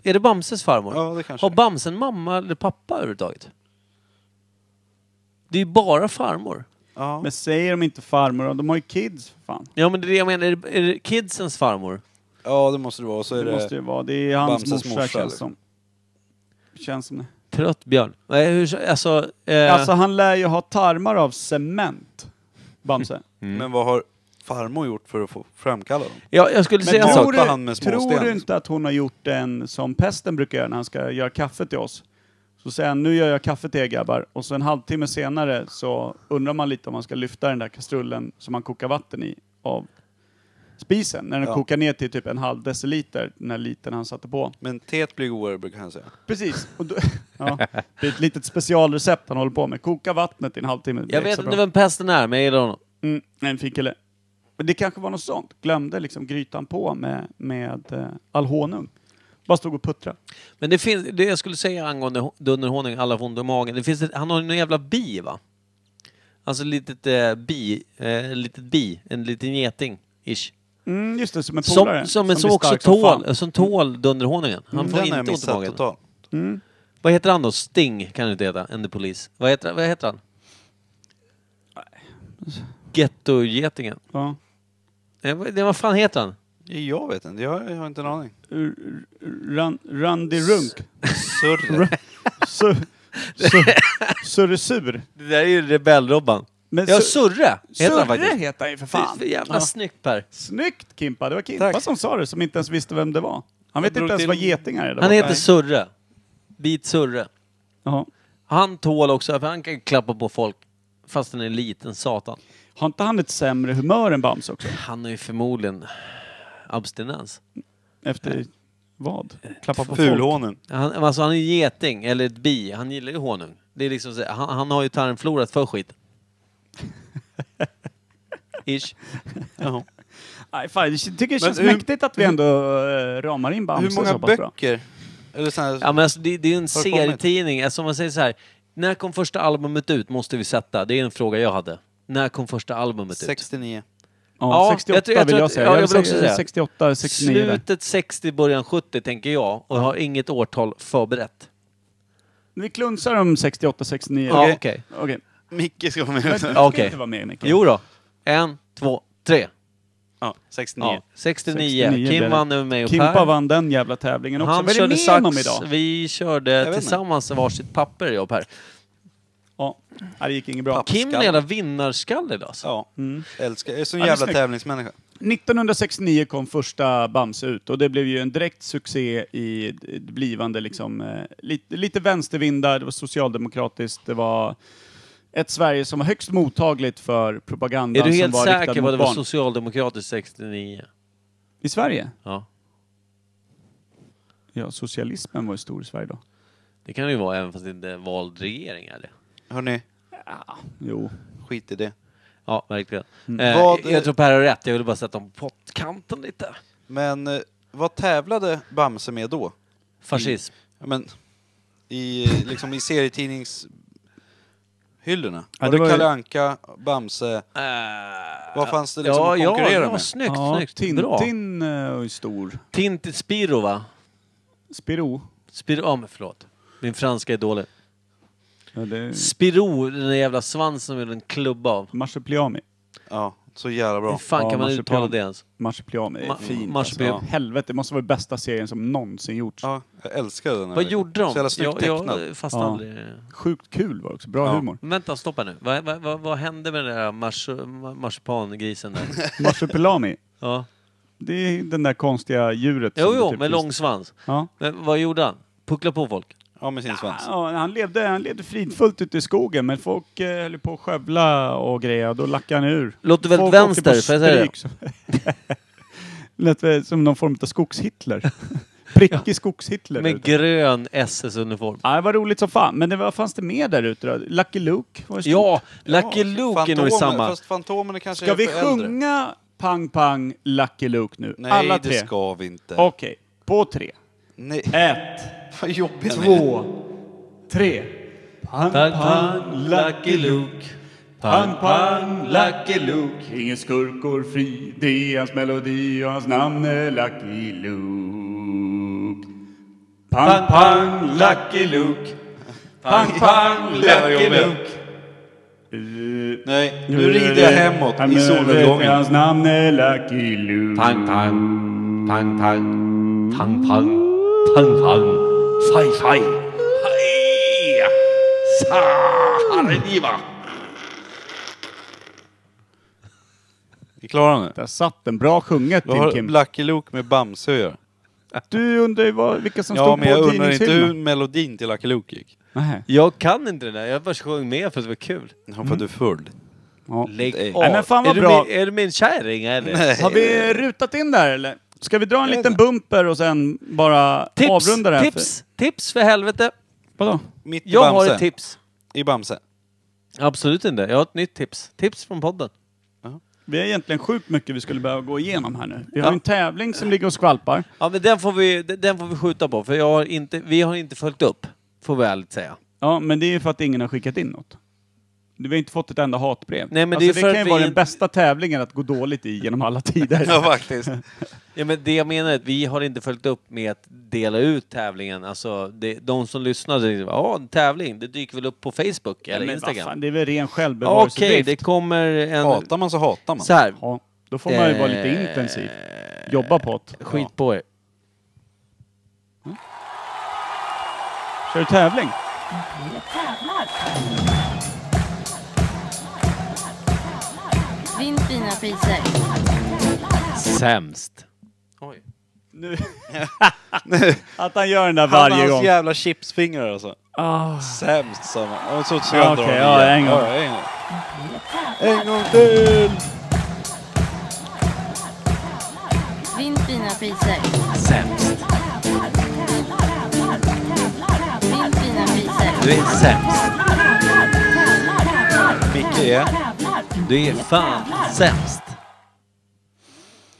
S2: Är det Bamses farmor?
S5: Ja, det kanske
S2: Har
S5: är.
S2: Bamse en mamma eller pappa överhuvudtaget? Det är ju bara farmor.
S5: Ja.
S1: Men säger de inte farmor, de har ju kids för fan.
S2: Ja men det är det jag menar, är det, är det kidsens farmor?
S5: ja, det måste det vara. Och Så är
S1: Det
S5: det...
S1: måste ju vara, det är hans
S5: Bamses
S1: morsa,
S5: morsa,
S1: känns
S5: eller?
S1: som. Känns som det.
S2: Trött björn. Nej, hur, alltså, eh,
S1: Alltså han lär ju ha tarmar av cement, Bamse.
S5: Men vad har farmor gjort för att få framkalla dem?
S2: jag, jag skulle
S1: Men
S2: säga en
S5: tror
S2: sak.
S1: tror,
S5: Saltar han
S1: du,
S5: med
S1: tror
S5: småsten?
S1: du inte att hon har gjort en som pesten brukar göra när han ska göra kaffe till oss? Så säger han, nu gör jag kaffe till er grabbar. Och så en halvtimme senare så undrar man lite om man ska lyfta den där kastrullen som man kokar vatten i av spisen. När den
S5: Ja.
S1: kokar ner till typ en halv deciliter, den här liten han satte på.
S5: Men teet blir godare brukar han säga.
S1: Precis. Och då, ja, det är ett litet specialrecept han håller på med. Koka vattnet i en halvtimme. Det blir
S2: Jag vet
S1: extra
S2: inte
S1: bra.
S2: vem pesten är, men jag gillar honom.
S1: Mm, en fin kille. Men det kanske var något sånt. Glömde liksom grytan på med, med eh, all honung. Bara stod och puttrade.
S2: Men det finns, det jag skulle säga angående ho- dunderhonung, alla får ont i magen. Det finns ett, han har ju någon jävla bi va? Alltså litet eh, bi, eh, litet bi, en liten geting, ish.
S1: Mm, just det, som en
S2: Som,
S1: polare.
S2: som, som,
S1: blir
S2: också
S1: stark som fan. Mm.
S2: tål, som tål dunderhonungen. Han får
S5: Den har
S2: inte
S5: jag
S2: ont i
S5: missat
S2: magen.
S5: totalt.
S2: Vad heter han då? Sting kan det inte heta, en polis. Vad heter, han- vad heter han? Gettogetingen.
S1: Ja.
S2: Nej, Eh, vad- nej, Vad fan heter han?
S5: Jag vet inte, jag har inte en aning.
S1: R- r- Ran, Randy Runk.
S5: Surre.
S1: Sur, sur, surresur.
S2: Det där är ju Rebell-Robban.
S1: Men
S2: Ja,
S1: sur-
S2: Surre heter han
S1: Surre
S2: faktiskt.
S1: heter han ju för fan.
S2: Fy- För jävla
S1: Ja.
S2: snyggt Per.
S1: Snyggt Kimpa, det var Kimpa
S5: Tack.
S1: som sa det, som inte ens visste vem det var. Han vet
S5: drog
S1: inte ens
S5: till-
S1: vad getingar är. där
S2: Han
S1: borta.
S2: heter Surre. Bit Surre.
S1: Jaha.
S2: Han tål också, för han kan klappa på folk fast han är en liten satan.
S1: Har inte han ett sämre humör än Bams också?
S2: Han har ju förmodligen abstinens.
S1: Efter vad? Klappa på folk?
S5: Fulhonung.
S2: Han, alltså han är geting, eller ett bi. Han gillar ju honung. Det är liksom så, han, han har ju tarmflorat för skiten. Ish.
S1: Nej, fan, jag tycker det
S5: Men
S1: känns
S5: hur-
S1: mäktigt att vi ändå eh, ramar in Bamse
S5: Hur många
S1: så pass bra.
S5: böcker? Eller sån här...
S2: Ja, men alltså, det, det är ju en
S5: det kommit?
S2: serietidning. Alltså, om man säger så här. När kom första albumet ut? Måste vi sätta. Det är en fråga jag hade. När kom första albumet ut?
S5: 69.
S1: Ja,
S2: Ja,
S1: 68
S2: jag tror- jag
S1: vill
S2: tror
S1: jag
S2: att-
S1: säga.
S2: ja,
S1: jag
S2: jag
S1: vill
S2: vill också säga.
S1: 68, 69 där.
S2: Slutet 60, början 70 tänker jag. Och jag har inget årtal förberett.
S1: Vi klunsar om 68, 69.
S2: Ja, Okej.
S1: Okej.
S5: Micke ska vara
S1: Men
S5: med.
S1: du ska
S2: Ja, okej.
S1: inte vara med Mikael.
S2: Jo då. En, två, tre.
S5: Ja, 69.
S2: Ja, 69.
S1: 69 blev
S2: Kim
S1: det.
S2: vann över mig och
S1: Kimpa
S2: Per.
S1: vann den jävla tävlingen också.
S2: Han
S1: Vad är det
S2: körde
S1: med honom
S2: sax,
S1: idag?
S2: vi
S5: vet
S2: körde
S5: inte.
S2: tillsammans varsitt papper jag och Per.
S1: Ja, Nej, det gick inget bra.
S5: Pappa.
S2: Kim är en jävla vinnarskalle idag alltså.
S5: Ja. Älskar. Jag är sån
S1: Ja, det är
S5: jävla
S1: snyggt.
S5: tävlingsmänniska.
S1: 1969 kom första Bamse ut och det blev ju en direkt succé i det blivande liksom, eh, lite, lite vänstervindar, det var socialdemokratiskt, det var ett Sverige som var högst mottagligt för propagandan
S2: Är du helt
S1: som var riktad
S2: säker på
S1: mot
S2: att det var
S1: barn.
S2: socialdemokratiskt 69?
S1: I Sverige?
S2: Ja.
S1: Ja, socialismen var ju stor i Sverige då.
S2: Det kan det ju vara även fast det inte är vald regering är det.
S5: Hörrni,
S1: Ja, jo.
S5: Skit i det.
S2: Ja, verkligen.
S1: Mm.
S2: Eh,
S5: Vad-
S2: jag tror Per har rätt, jag ville bara sätta dem på pottkanten lite.
S5: Men eh, vad tävlade Bamse med då?
S2: Fascism.
S5: Ja, men, i, eh, liksom i serietidningshyllorna?
S1: Ja,
S5: var
S1: det
S5: det,
S1: var ju-
S5: Kalle Anka, Bamse?
S2: Eh,
S5: Vad fanns Mm. det liksom att
S2: ja,
S5: konkurrera
S2: ja,
S5: med?
S2: Snyggt,
S1: ja,
S2: snyggt. Bra.
S1: Tintin eh, var ju stor.
S2: Tintin Spiro, va?
S1: Spiro.
S2: Spiro, ja men förlåt. Min franska är dålig.
S1: Ja, det är
S2: Spiro, den där jävla svansen med en klubba av.
S1: Marsipliami.
S5: Ja, så jävla bra.
S2: Hur fan
S1: Ja,
S2: kan man
S1: marsipan.
S2: uttala det ens?
S1: Marsipliami, det är
S2: Ma-
S1: fint
S2: marsipan.
S1: alltså. Helvete, det måste vara den bästa serien som någonsin gjorts.
S5: Ja, jag älskar den här.
S2: Vad gjorde de? eh,
S5: Så jävla snyggt tecknad.
S2: jag fast
S1: Ja.
S2: aldrig...
S1: Sjukt kul var det också, bra
S5: Ja.
S1: humor.
S2: Vänta, stoppa nu. Vad, vad, vad, vad hände med den där mars, ma- marsipangrisen där?
S1: Marsupilami,
S2: Ja.
S1: det är den där konstiga djuret.
S2: Jo,
S1: som det
S2: jo,
S1: typ
S2: med
S1: finns.
S2: lång svans.
S1: Ja.
S2: Men vad gjorde han? Puckla på folk?
S5: Ja, med sin svans.
S1: Ja, han, levde, han levde fridfullt ute i skogen, men folk eh, höll ju på att skövla och grejer, och då lackade han ur.
S2: Låter väldigt
S1: Folk åkte på
S2: vänster, får jag säga
S1: stryk
S2: det?
S1: som- Lät väl som någon form av skogshitler. Prickig skogshitler. där
S2: Med
S1: ute. Ah,
S2: grön SS-uniform.
S1: Ja, det var roligt som fan, men det var, vad fanns det med där ute då? Lucky Luke var ju stort.
S2: Ja, Lucky
S5: Ja,
S2: Luke är nog i
S5: Fantomen-
S2: samma.
S5: Fast Fantomen är kanske
S1: Ska
S5: är
S1: vi
S5: för äldre.
S1: sjunga Pang Pang Lucky Luke nu?
S5: Nej,
S1: Alla
S5: det
S1: tre?
S5: ska vi inte.
S1: Okej, på tre.
S5: Nej,
S1: Ett,
S5: vad jobbiga ni är.
S1: två, tre. Pang
S2: Pang, pang, Lucky Luke.
S1: Pang pang Lucky Luke. Ingen skurk går fri. Det är hans melodi och hans namn är Lucky Luke. Pang pang Lucky Luke. Pang pang Lucky Luke. Eh,
S5: Nej, nu rider jag
S1: Han
S5: hemåt i
S1: är-
S5: solnedgången.
S1: Hans namn är Lucky Luke.
S9: Pang, pang, pang, pang, pang, pang, pang, pang, fai, fai, hej, sa, harediva.
S5: Vi klarar nu.
S1: Där satt den. Bra sjunget
S5: Vad
S1: Tim
S5: har
S1: Kim.
S5: Lucky Luke med Bamse att göra?
S1: Du undrar ju vad, vilka som
S5: Ja,
S1: stod
S5: men jag
S1: på
S5: undrar inte hur
S1: tidningshyllan.
S5: melodin till Lucky Luke gick.
S1: Nej.
S2: Jag kan inte det där. Jag bara sjöng med för att det var kul.
S5: Ja, för att du är full. Eh,
S1: Ja.
S2: Lägg
S1: Nej, men fan vad
S2: är,
S1: bra.
S2: Du min, är du min kärring eller?
S1: Har
S2: Eh,
S1: vi rutat in där eller? Ska vi dra en liten bumper och sen bara
S2: Tips,
S1: avrunda det här?
S2: tips, tips för helvete.
S1: För, vadå?
S5: Mitt i
S2: Jag har
S5: Bamse.
S2: ett tips.
S5: I Bamse.
S2: Absolut inte. Jag har ett nytt tips. Tips från podden.
S1: Vi har egentligen sjukt mycket vi skulle behöva gå igenom här nu. Vi har
S2: Ja.
S1: en tävling som ligger och skvalpar.
S2: Ja, men den får vi, den får vi skjuta på, för jag har inte, vi har inte följt upp, får vi ärligt säga.
S1: Ja, men det är ju för att ingen har skickat in något. Du har inte fått ett enda hatbrev.
S2: Nej, men
S1: alltså,
S2: det
S1: det,
S2: är för
S1: kan
S2: att
S1: ju
S2: vi
S1: vara den
S2: inte-
S1: bästa tävlingen att gå dåligt i genom alla tider.
S5: Ja, faktiskt.
S2: Ja, men det jag menar är att vi har inte följt upp med att dela ut tävlingen. Alltså, det, de som lyssnade, ja, en tävling, det dyker väl upp på Facebook eller
S1: men vad
S2: Instagram.
S1: fan, det är väl ren
S2: Ja, Okej,
S1: självbevarelsedrift.
S2: det kommer en...
S5: Hatar man så hatar man.
S2: Så här,
S1: Ja, då får man ju vara lite
S2: Eh,
S1: intensiv. Jobba på det.
S2: skit på er.
S1: Kör du tävling?
S10: Vinn fina priser.
S2: Sämst.
S1: Nu. att han gör den där
S5: Han och
S1: varje
S5: hans
S1: gång.
S5: jävla chipsfingrar alltså.
S1: Ah.
S5: Sämst sa man. Och så så
S1: Ja,
S5: jag drar
S1: okej,
S5: den
S1: ja,
S5: igen.
S1: en gång.
S5: Ja, en gång. En gång till!
S10: Vinn fina priser.
S2: Sämst.
S10: Vinn fina priser.
S2: Du är sämst.
S5: Micke är...
S2: Du är fan sämst.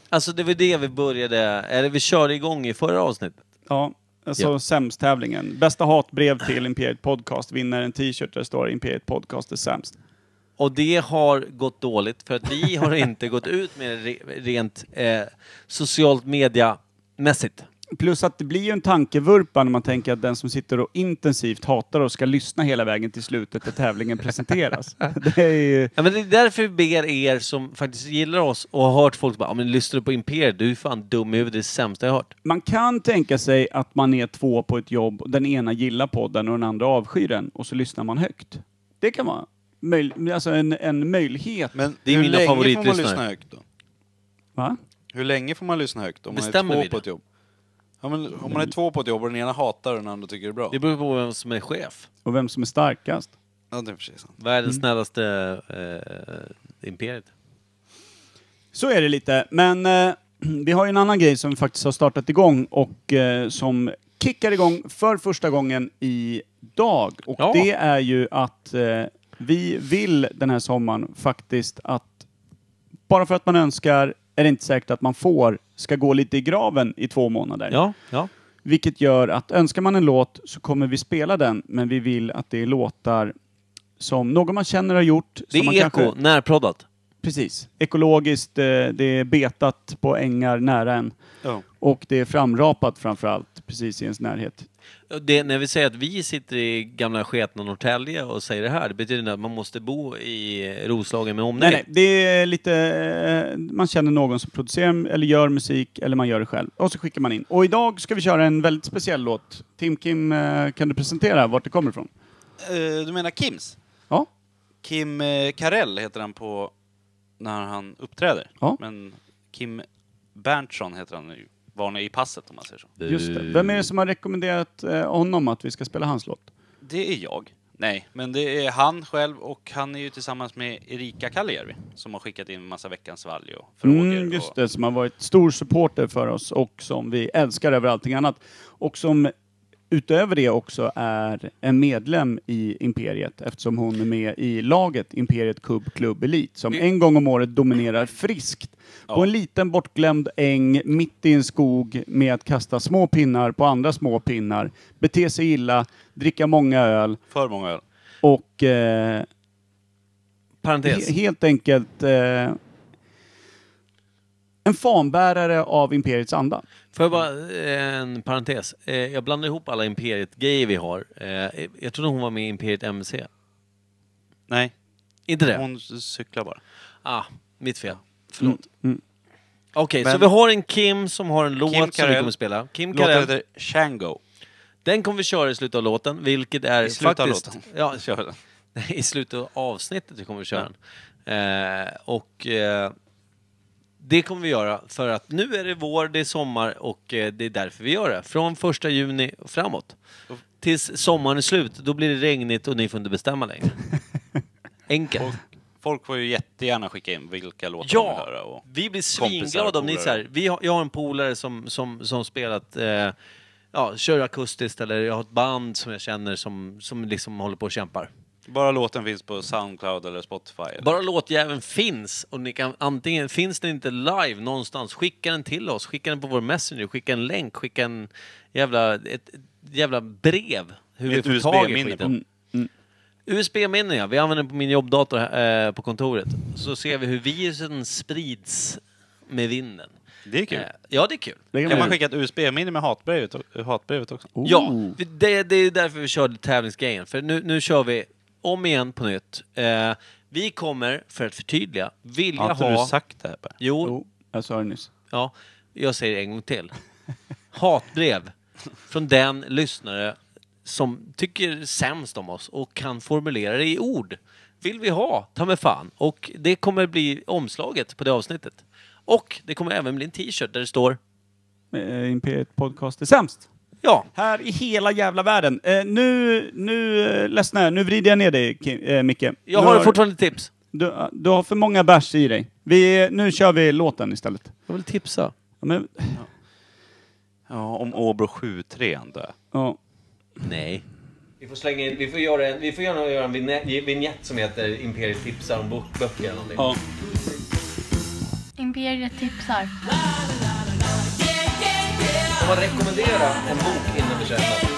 S2: Alltså det var det vi började, eller vi körde igång i förra avsnittet.
S1: Ja, alltså
S2: Ja.
S1: sämst-tävlingen. Bästa hatbrev till Imperiet Podcast vinner en t-shirt där det står Imperiet Podcast är sämst.
S2: Och det har gått dåligt för att vi har inte gått ut med det re- rent eh, socialt mediamässigt.
S1: Plus att det blir ju en tankevurpa när man tänker att den som sitter och intensivt hatar och ska lyssna hela vägen till slutet där tävlingen presenteras. Det är ju...
S2: Ja, men det är därför vi ber er som faktiskt gillar oss och har hört folk bara "Ja, men lyssnar du på Imperiet? Du är fan dum i huvudet, det är det sämsta jag har hört.
S1: Man kan tänka sig att man är två på ett jobb och den ena gillar podden och den andra avskyr den och så lyssnar man högt. Det kan vara möj... alltså en, en möjlighet.
S5: Men
S2: Det är
S5: hur
S2: mina
S5: länge får man
S2: favoritlyssnare.
S5: lyssna högt då?
S1: Va?
S5: Hur länge får man lyssna högt om man
S2: Bestämmer vi
S5: är två på
S2: det?
S5: ett jobb? Ja, men, om man är två på ett jobb och den ena hatar och den andra tycker det är bra.
S2: Det beror på vem som är chef.
S1: Och vem som är starkast.
S5: Ja, det är precis sant.
S2: Världens snällaste eh, Imperiet.
S1: Så är det lite, men eh, vi har ju en annan grej som vi faktiskt har startat igång och eh, som kickar igång för första gången idag. Och
S2: Ja.
S1: det är ju att eh, Vi vill den här sommaren faktiskt att, bara för att man önskar, är det inte säkert att man får, ska gå lite i graven i två månader.
S2: Ja, ja.
S1: Vilket gör att önskar man en låt så kommer vi spela den, men vi vill att det är låtar som någon man känner har gjort.
S2: Det
S1: som man
S2: är eko,
S1: kanske-
S2: närproddat.
S1: Precis. Ekologiskt, eh, det är betat på ängar nära en.
S5: Ja.
S1: Och det är framrapat framförallt, precis i ens närhet.
S2: Det, när vi säger att vi sitter i gamla sketna Norrtälje och säger det här, det betyder att man måste bo i Roslagen med
S1: Nej,
S2: omnejd.
S1: nej, det är lite... eh, Man känner någon som producerar eller gör musik, eller man gör det själv. Och så skickar man in. Och idag ska vi köra en väldigt speciell låt. Tim Kim, eh, kan du presentera vart det kommer ifrån?
S5: Eh, du menar Kims?
S1: Ja.
S5: Kim eh, Carell heter han på när han uppträder.
S1: Ja.
S5: Men Kim Berntsson heter han nu. Var han är i passet om man säger så.
S1: Just det. Vem är det som har rekommenderat eh, honom att vi ska spela hans låt?
S5: Det är jag. Nej, men det är han själv och han är ju tillsammans med Erika Kaljärvi som har skickat in massa Veckans valg och frågor.
S1: Mm,
S5: och,
S1: just det, som har varit stor supporter för oss och som vi älskar över allting annat. Och som utöver det också är en medlem i Imperiet eftersom hon är med i laget Imperiet Cub Club Elite som en gång om året dominerar friskt på en liten bortglömd äng mitt i en skog med att kasta små pinnar på andra små pinnar, bete sig illa, dricka många öl
S5: För många öl.
S1: och eh,
S2: Parentes.
S1: He- helt enkelt eh, en fanbärare av Imperiets anda.
S2: Får jag bara eh, en parentes? Eh, Jag blandar ihop alla Imperiet-grejer vi har. Eh, Jag trodde hon var med i Imperiet MC.
S5: Nej,
S2: Inte det?
S5: hon cyklar bara.
S2: Ah, mitt fel. Förlåt.
S1: mm.
S2: Okej, så
S5: Men-
S2: vi har en Kim som har en låt som vi
S5: Carell.
S2: kommer spela. Kim
S5: Låten
S2: Carell.
S5: heter Shango.
S2: Den kommer vi köra i slutet av låten, vilket är
S5: I slutet av
S2: faktiskt...
S5: låten.
S2: Ja,
S5: Kör den.
S2: Nej, I slutet av avsnittet vi kommer vi köra den. Eh, och eh, det kommer vi göra för att nu är det vår, det är sommar och eh, det är därför vi gör det. Från första juni och framåt. Tills sommaren är slut, då blir det regnigt och ni får inte bestämma längre. Enkelt.
S5: Folk får ju jättegärna skicka in vilka låtar de vill höra.
S2: Ja,
S5: Och...
S2: vi blir
S5: kompisar och
S2: svinglada om ni
S5: polare.
S2: så här, vi har, jag har en polare som, som, som spelat, eh, ja, kör akustiskt eller jag har ett band som jag känner som, som liksom håller på och kämpar.
S5: Bara låten finns på Soundcloud eller Spotify. Eller...
S2: Bara låtjäveln finns och ni kan antingen, finns den inte live någonstans, skicka den till oss, skicka den på vår Messenger, skicka en länk, skicka en jävla, ett, ett jävla brev hur
S5: Ett
S2: vi får tag i
S5: USB-minne på.
S2: skiten. USB-minne ja, vi använder den på min jobbdator eh, på kontoret. Så ser vi hur virusen sprids med vinden.
S5: Det är kul.
S2: Eh, ja, det är kul.
S1: Det
S5: Kan man skicka ett USB-minne med hatbrevet, o- hatbrevet också?
S1: Oh.
S2: Ja, vi- det, det är därför vi körde tävlingsgrejen. För nu, nu kör vi om igen på nytt. Eh, vi kommer, för att förtydliga, vilja
S5: Har inte
S2: ha...
S5: du sagt det här? Per?
S2: Jo,
S1: Jo, jag sa det nyss.
S2: Ja, jag säger det en gång till. Hatbrev från den lyssnare som tycker sämst om oss och kan formulera det i ord. Vill vi ha, ta med fan. Och det kommer bli omslaget på det avsnittet. Och det kommer även bli en t-shirt där det står
S1: Eh, Imperiet Podcast är sämst.
S2: Ja,
S1: Här i hela jävla världen. Eh, nu, nu, eh, ledsna jag. nu vrider jag ner dig Kim, eh, Micke. Du
S2: jag har fortfarande tips.
S1: Du, ah, du har för många bärs i dig. Vi, nu kör vi låten istället.
S2: Jag vill tipsa.
S1: Ja, men,
S5: Ja, om Åbro 7-3 antar jag.
S1: ja.
S2: Nej. Vi får slänga in, vi får göra en, vi får göra, en vignett som heter Imperiet tipsar om böcker eller någonting. Ja.
S10: Imperiet tipsar.
S2: Får man rekommendera en bok innan vi köper?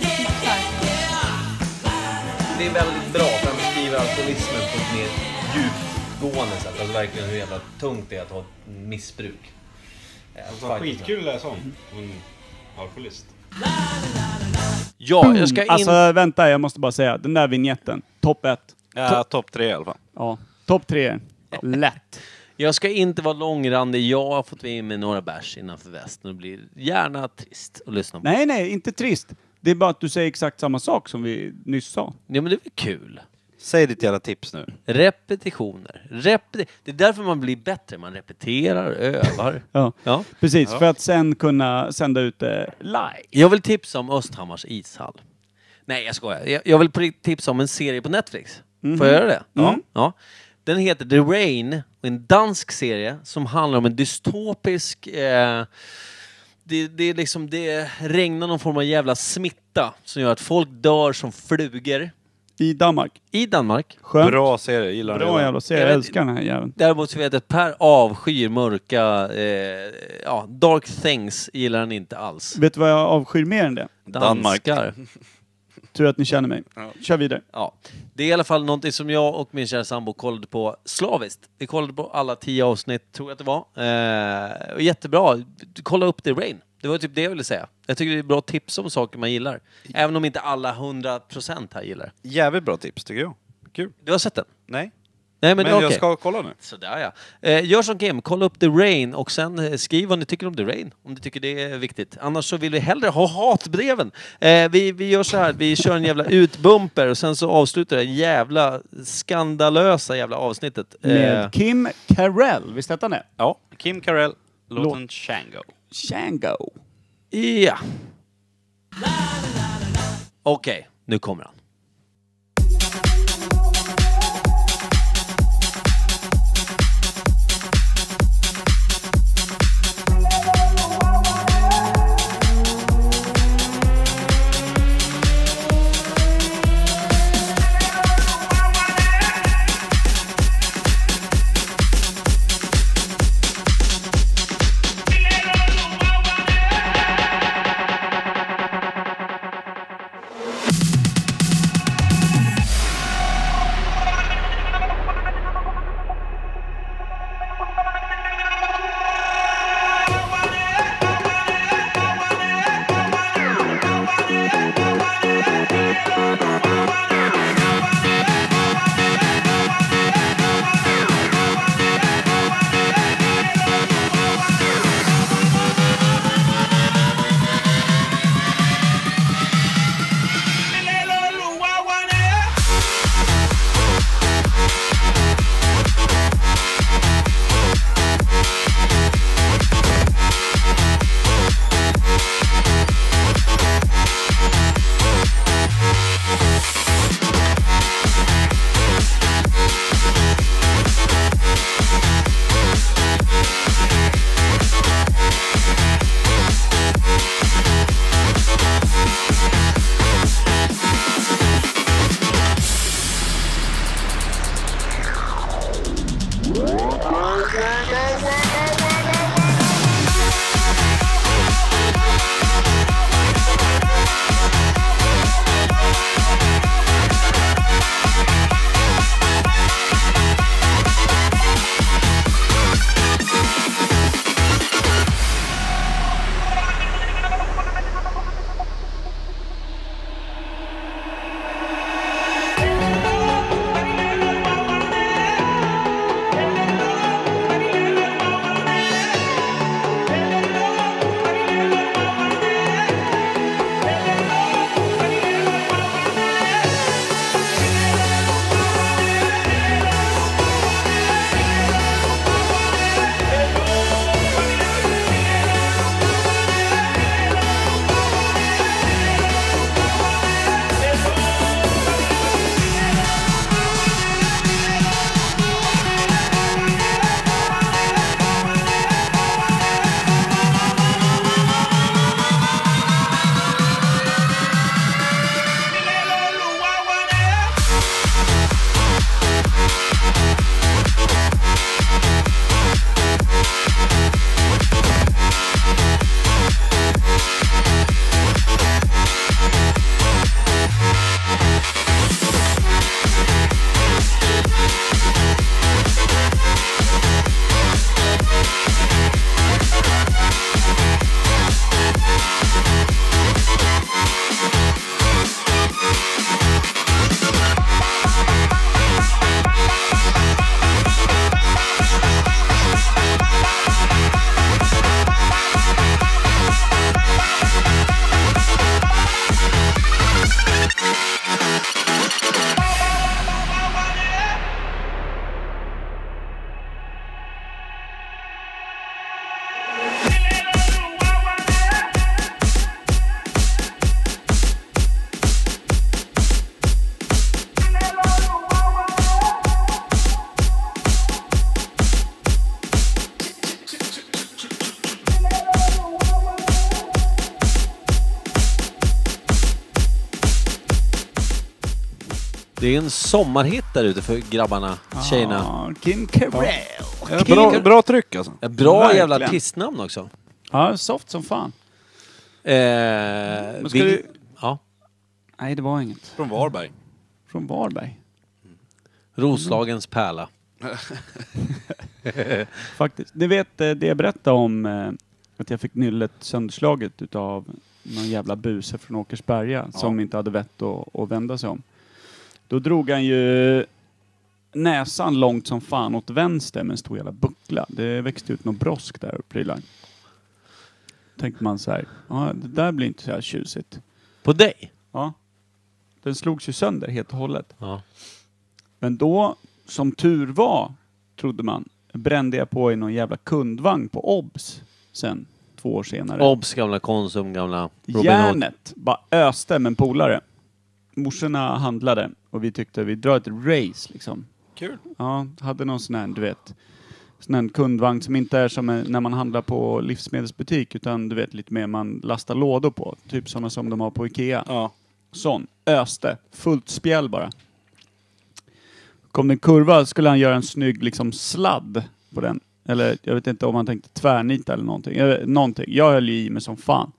S10: Tipsar.
S2: Det är väldigt bra för han beskriver alkoholismen på ett mer djupgående sätt. Alltså verkligen hur jävla tungt det är att ha ett missbruk. Alltså,
S9: Skitkul att läsa om. En alkoholist.
S2: Ja, jag ska in...
S1: Alltså vänta, jag måste bara säga. Den där vignetten. Topp ett.
S5: Ja, topp tre i alla fall.
S1: Ja. Topp tre. Lätt.
S2: Jag ska inte vara långrandig. Jag har fått in mig några bärs innanför västen och blir gärna trist att lyssna på.
S1: Nej, nej, inte trist. Det är bara att du säger exakt samma sak som vi nyss sa.
S2: Ja, men det är väl kul?
S5: Säg ditt jävla tips nu.
S2: Repetitioner. Repeti- det är därför man blir bättre. Man repeterar, övar.
S1: Ja,
S2: Ja.
S1: precis. För att sen kunna sända ut det live.
S2: Jag vill tipsa om Östhammars ishall. Nej, jag skojar. Jag, jag vill på riktigt tipsa om en serie på Netflix. Får jag göra det? Ja. ja. Den heter The Rain och är en dansk serie som handlar om en dystopisk eh, det, det, är liksom, det regnar någon form av jävla smitta som gör att folk dör som flugor
S1: I Danmark.
S2: i Danmark.
S1: Skönt. Bra,
S5: Bra serie, gillar den redan.
S1: jävla serie. Jag älskar den här jäveln.
S2: Däremot så vet jag att Per avskyr mörka, eh, ja, dark things gillar han inte alls.
S1: Vet du vad jag avskyr mer än det?
S5: Danmark.
S2: Danskar.
S1: Tur att ni känner mig. Kör vidare.
S2: Ja. Det är i alla fall någonting som jag och min kära sambo kollade på slaviskt. Vi kollade på alla tio avsnitt, tror jag att det var. Eh, och jättebra. Kolla upp The Rain. Det var typ det jag ville säga. Jag tycker det är bra tips om saker man gillar. Även om inte alla 100% här gillar.
S5: Jävligt bra tips tycker jag. Kul.
S2: Du har sett den?
S5: Nej.
S2: Nej
S5: Men,
S2: men, okej.
S5: jag ska kolla nu.
S2: Sådär ja. Eh, gör som Kim, kolla upp The Rain och sen eh, skriv vad ni tycker om The Rain. Om ni tycker det är viktigt. Annars så vill vi hellre ha hatbreven. Eh, vi, vi gör så här, vi kör en jävla utbumper och sen så avslutar det jävla skandalösa jävla avsnittet. Eh,
S1: Med Kim Carell. Visst hette han det?
S5: Ja. Kim Carell, låten Shango.
S1: Django.
S2: ja. Okej, nu kommer han. Det är en sommarhit där ute för grabbarna, tjejerna.
S1: Ah, Kim Carell.
S5: Ja, bra, bra tryck alltså.
S2: Ja, bra jävla
S1: Verkligen.
S2: artistnamn också.
S1: Ja, soft som fan.
S2: Eh,
S1: ska
S2: vi-
S1: du-
S2: ja.
S1: Nej, det var inget.
S5: Från Varberg.
S1: Från Varberg.
S2: Roslagens pärla.
S1: Faktiskt. Ni vet eh, det jag berättade om eh, att jag fick nyllet sönderslaget utav någon jävla buse från Åkersberga som inte hade vett att, att vända sig om. Då drog han ju näsan långt som fan åt vänster med en stor jävla buckla. Det växte ut någon brosk där och prylar. Tänkte man så här, ja det där blir inte så här tjusigt.
S2: På dig?
S1: Ja. Den slogs ju sönder helt och hållet.
S2: Ja.
S1: Men då, som tur var, trodde man, brände jag på i någon jävla kundvagn på OBS sen, två år senare.
S2: Obs gamla Konsum, gamla Robin Hood.
S1: Järnet bara öste med en polare. Morsorna handlade och vi tyckte vi drar ett race liksom.
S5: Kul.
S1: Ja, hade någon sån här, du vet, sån här kundvagn som inte är som en- när man handlar på livsmedelsbutik utan du vet lite mer man lastar lådor på. Typ sådana som de har på Ikea.
S5: Ja.
S1: Sån. Öste. Fullt spjäll bara. Kom det en kurva skulle han göra en snygg liksom sladd på den. Eller jag vet inte om han tänkte tvärnita eller någonting. Jag, vet- någonting. jag höll ju i mig som fan.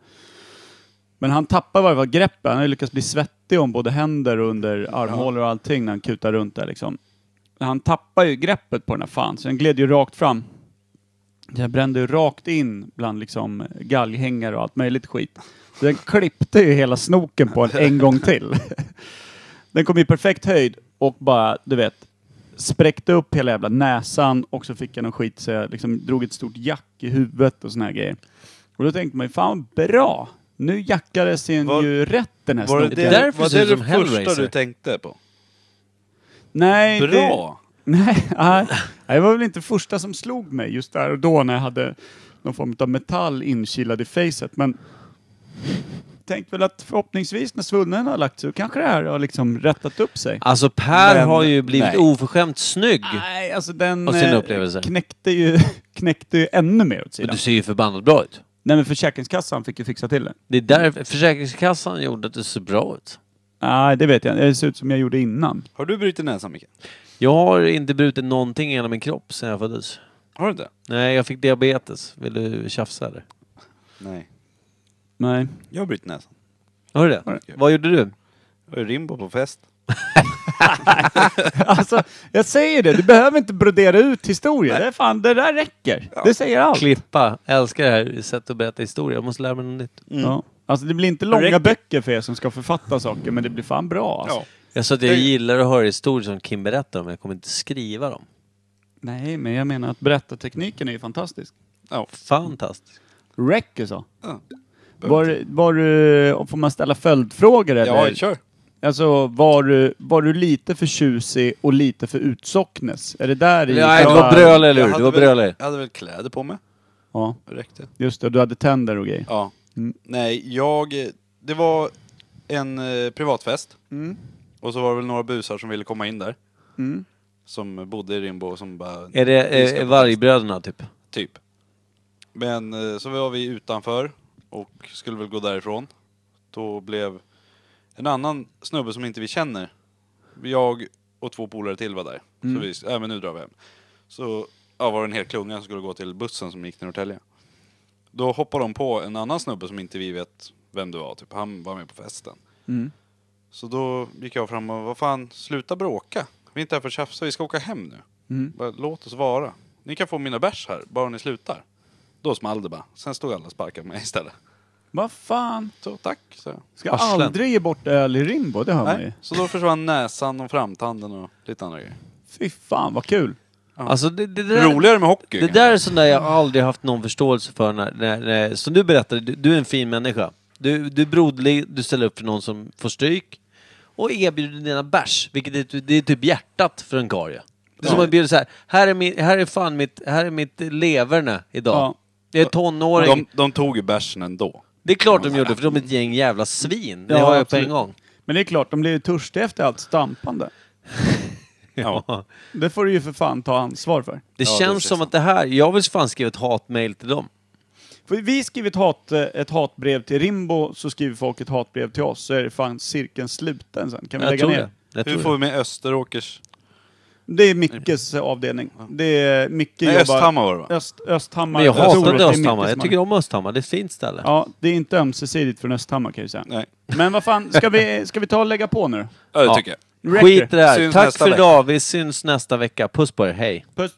S1: Men han tappar varje fall greppet. Han har ju lyckats bli svettig om både händer och under armhålor och allting när han kutar runt där liksom. Men Han tappar ju greppet på den här fan, så den gled ju rakt fram. Jag brände ju rakt in bland liksom galghängare och allt möjligt skit. Så den klippte ju hela snoken på en, en gång till. Den kom i perfekt höjd och bara, du vet, spräckte upp hela jävla näsan och så fick jag någon skit så jag liksom drog ett stort jack i huvudet och såna här grejer. Och då tänkte man ju, fan bra! Nu jackades den
S5: Var-
S1: ju rätt den här
S5: Var det
S1: snoken.
S5: det,
S2: Därför
S5: var
S2: ser
S5: det,
S2: det
S5: det
S2: som
S5: första
S2: Hellraiser.
S5: du tänkte på?
S1: Nej, det-
S5: Bra!
S1: Nej, nej. Nej, det var väl inte första som slog mig just där och då när jag hade någon form av metall inkilad i facet. Men tänk väl att förhoppningsvis när svullnaden har lagt sig då kanske det här har liksom rättat upp sig.
S2: Alltså Per
S1: Men-
S2: har ju blivit
S1: nej.
S2: oförskämt snygg.
S1: Nej, alltså den
S2: Och sina
S1: eh,
S2: upplevelser.
S1: knäckte, ju, knäckte ju ännu mer åt
S2: Men
S1: sidan.
S2: du ser ju förbannat bra ut.
S1: Nej men Försäkringskassan fick ju fixa till det.
S2: Det är därför Försäkringskassan gjorde att du ser bra ut.
S1: Nej, det vet jag Det ser ut som jag gjorde innan.
S5: Har du brutit näsan Micke?
S2: Jag har inte brutit någonting i hela min kropp sedan jag föddes.
S5: Har du inte?
S2: Nej, jag fick diabetes. Vill du tjafsa eller?
S5: Nej.
S1: Nej.
S5: Jag har brutit näsan.
S2: Har du det? Vad gjorde du?
S5: Jag var i Rimbo på fest.
S1: Alltså, jag säger det. Du behöver inte brodera ut historier. Det, är fan, det där räcker. Det säger allt.
S2: Klippa. Jag älskar det här sättet att berätta historia. Jag måste lära mig något nytt.
S1: Ja. Alltså det blir inte långa böcker för er som ska författa saker, men det blir fan bra alltså.
S2: Jag sa att jag gillar att höra historier som Kim berättar om, men jag kommer inte skriva dem.
S1: Nej, men jag menar att berättartekniken är ju fantastisk.
S2: Fantastiskt.
S1: Räcker så.
S5: Ja.
S1: Var, var du, och får man ställa följdfrågor eller?
S5: Ja, kör.
S1: Alltså var du, var du lite för tjusig och lite för utsocknes? Är det där i
S2: Nej, det
S1: själva-
S2: var bröl, eller hur?
S5: Jag
S2: Det
S5: hade
S2: var
S5: väl-
S2: bröl. eller?
S5: Jag hade väl kläder på mig.
S1: Ja,
S5: Det räckte.
S1: just det. Du hade tänder och grejer.
S5: Ja. Nej, jag... eh, Det var en eh, privatfest. Och så var det väl några busar som ville komma in där. Som bodde i Rimbo och som bara...
S2: Är det
S5: Vi ska
S2: eh,
S5: på
S2: vargbröderna, typ?
S5: Typ. Men eh, så var vi utanför och skulle väl gå därifrån. Då blev en annan snubbe som inte vi känner, jag och två polare till var där. Så vi, s- äh, men nu drar vi hem. Så ja, var det en hel klunga som skulle gå till bussen som gick till Norrtälje. Då hoppade de på en annan snubbe som inte vi vet vem det var, typ. han var med på festen. Så då gick jag fram och, vad fan, sluta bråka. Vi är inte här för att tjafsa, vi ska åka hem nu. Bara, låt oss vara. Ni kan få mina bärs här, bara ni slutar. Då small det bara. Sen stod alla och sparkade mig istället.
S1: Vad fan?
S5: Så tack, så. jag.
S1: Ska
S2: Arslen.
S1: aldrig ge bort öl i Rimbo, det hör man ju.
S5: Nej. Så då försvann näsan och framtanden och lite andra grejer.
S1: Fy fan vad kul.
S2: Alltså, det, det där...
S5: Roligare med hockey.
S2: Det där är sånt där jag aldrig haft någon förståelse för. När, när, när, som du berättade, du, du är en fin människa. Du, du är broderlig, du ställer upp för någon som får stryk. Och erbjuder dina bärs, vilket är, ty- det är typ hjärtat för en karl ju. Det är som att bjuda så här, här är, min, här är fan mitt, här är mitt leverne idag.
S1: Ja.
S2: Det är tonåring.
S5: de, de tog ju bärsen ändå.
S2: det är klart de gjorde, för de är ett gäng jävla svin. Det
S1: Ja,
S2: har jag på
S1: absolut.
S2: en gång.
S1: Men det är klart, de blir ju törstiga efter allt stampande.
S2: Ja.
S1: Det får du ju för fan ta ansvar för.
S2: Det
S5: Ja, det
S2: känns
S5: känns
S2: som
S5: så.
S2: att det här, jag vill fan skriva ett hatmail till dem.
S1: För vi skriver ett, hat, ett hatbrev till Rimbo, så skriver folk ett hatbrev till oss, så är det fan cirkeln sluten sen. Kan vi
S2: Jag
S1: lägga
S2: tror
S1: ner?
S2: det. Jag
S5: Hur
S2: tror
S5: får
S2: det.
S5: vi med Österåkers?
S1: Det är Mickes avdelning. Det är Micke
S5: Nej,
S1: jobbar...
S5: Östhammar var det va?
S1: Öst, Östhammar.
S2: Men jag
S1: tror att det
S2: hatade
S1: är
S2: Östhammar.
S1: Micke
S2: Jag
S1: som
S2: tycker
S1: har-
S2: om Östhammar. Det är ett fint ställe.
S1: Ja, det är inte ömsesidigt från Östhammar kan jag säga.
S5: Nej.
S1: Men vad fan, ska vi, ska vi ta och lägga på nu?
S5: Ja, det
S2: Ja.
S5: tycker jag.
S1: Räcker.
S2: Skit i det här.
S5: Syns
S2: Tack
S5: nästa
S2: för
S5: vecka.
S2: idag. Vi syns nästa vecka. Puss på er. Hej.
S1: Puss.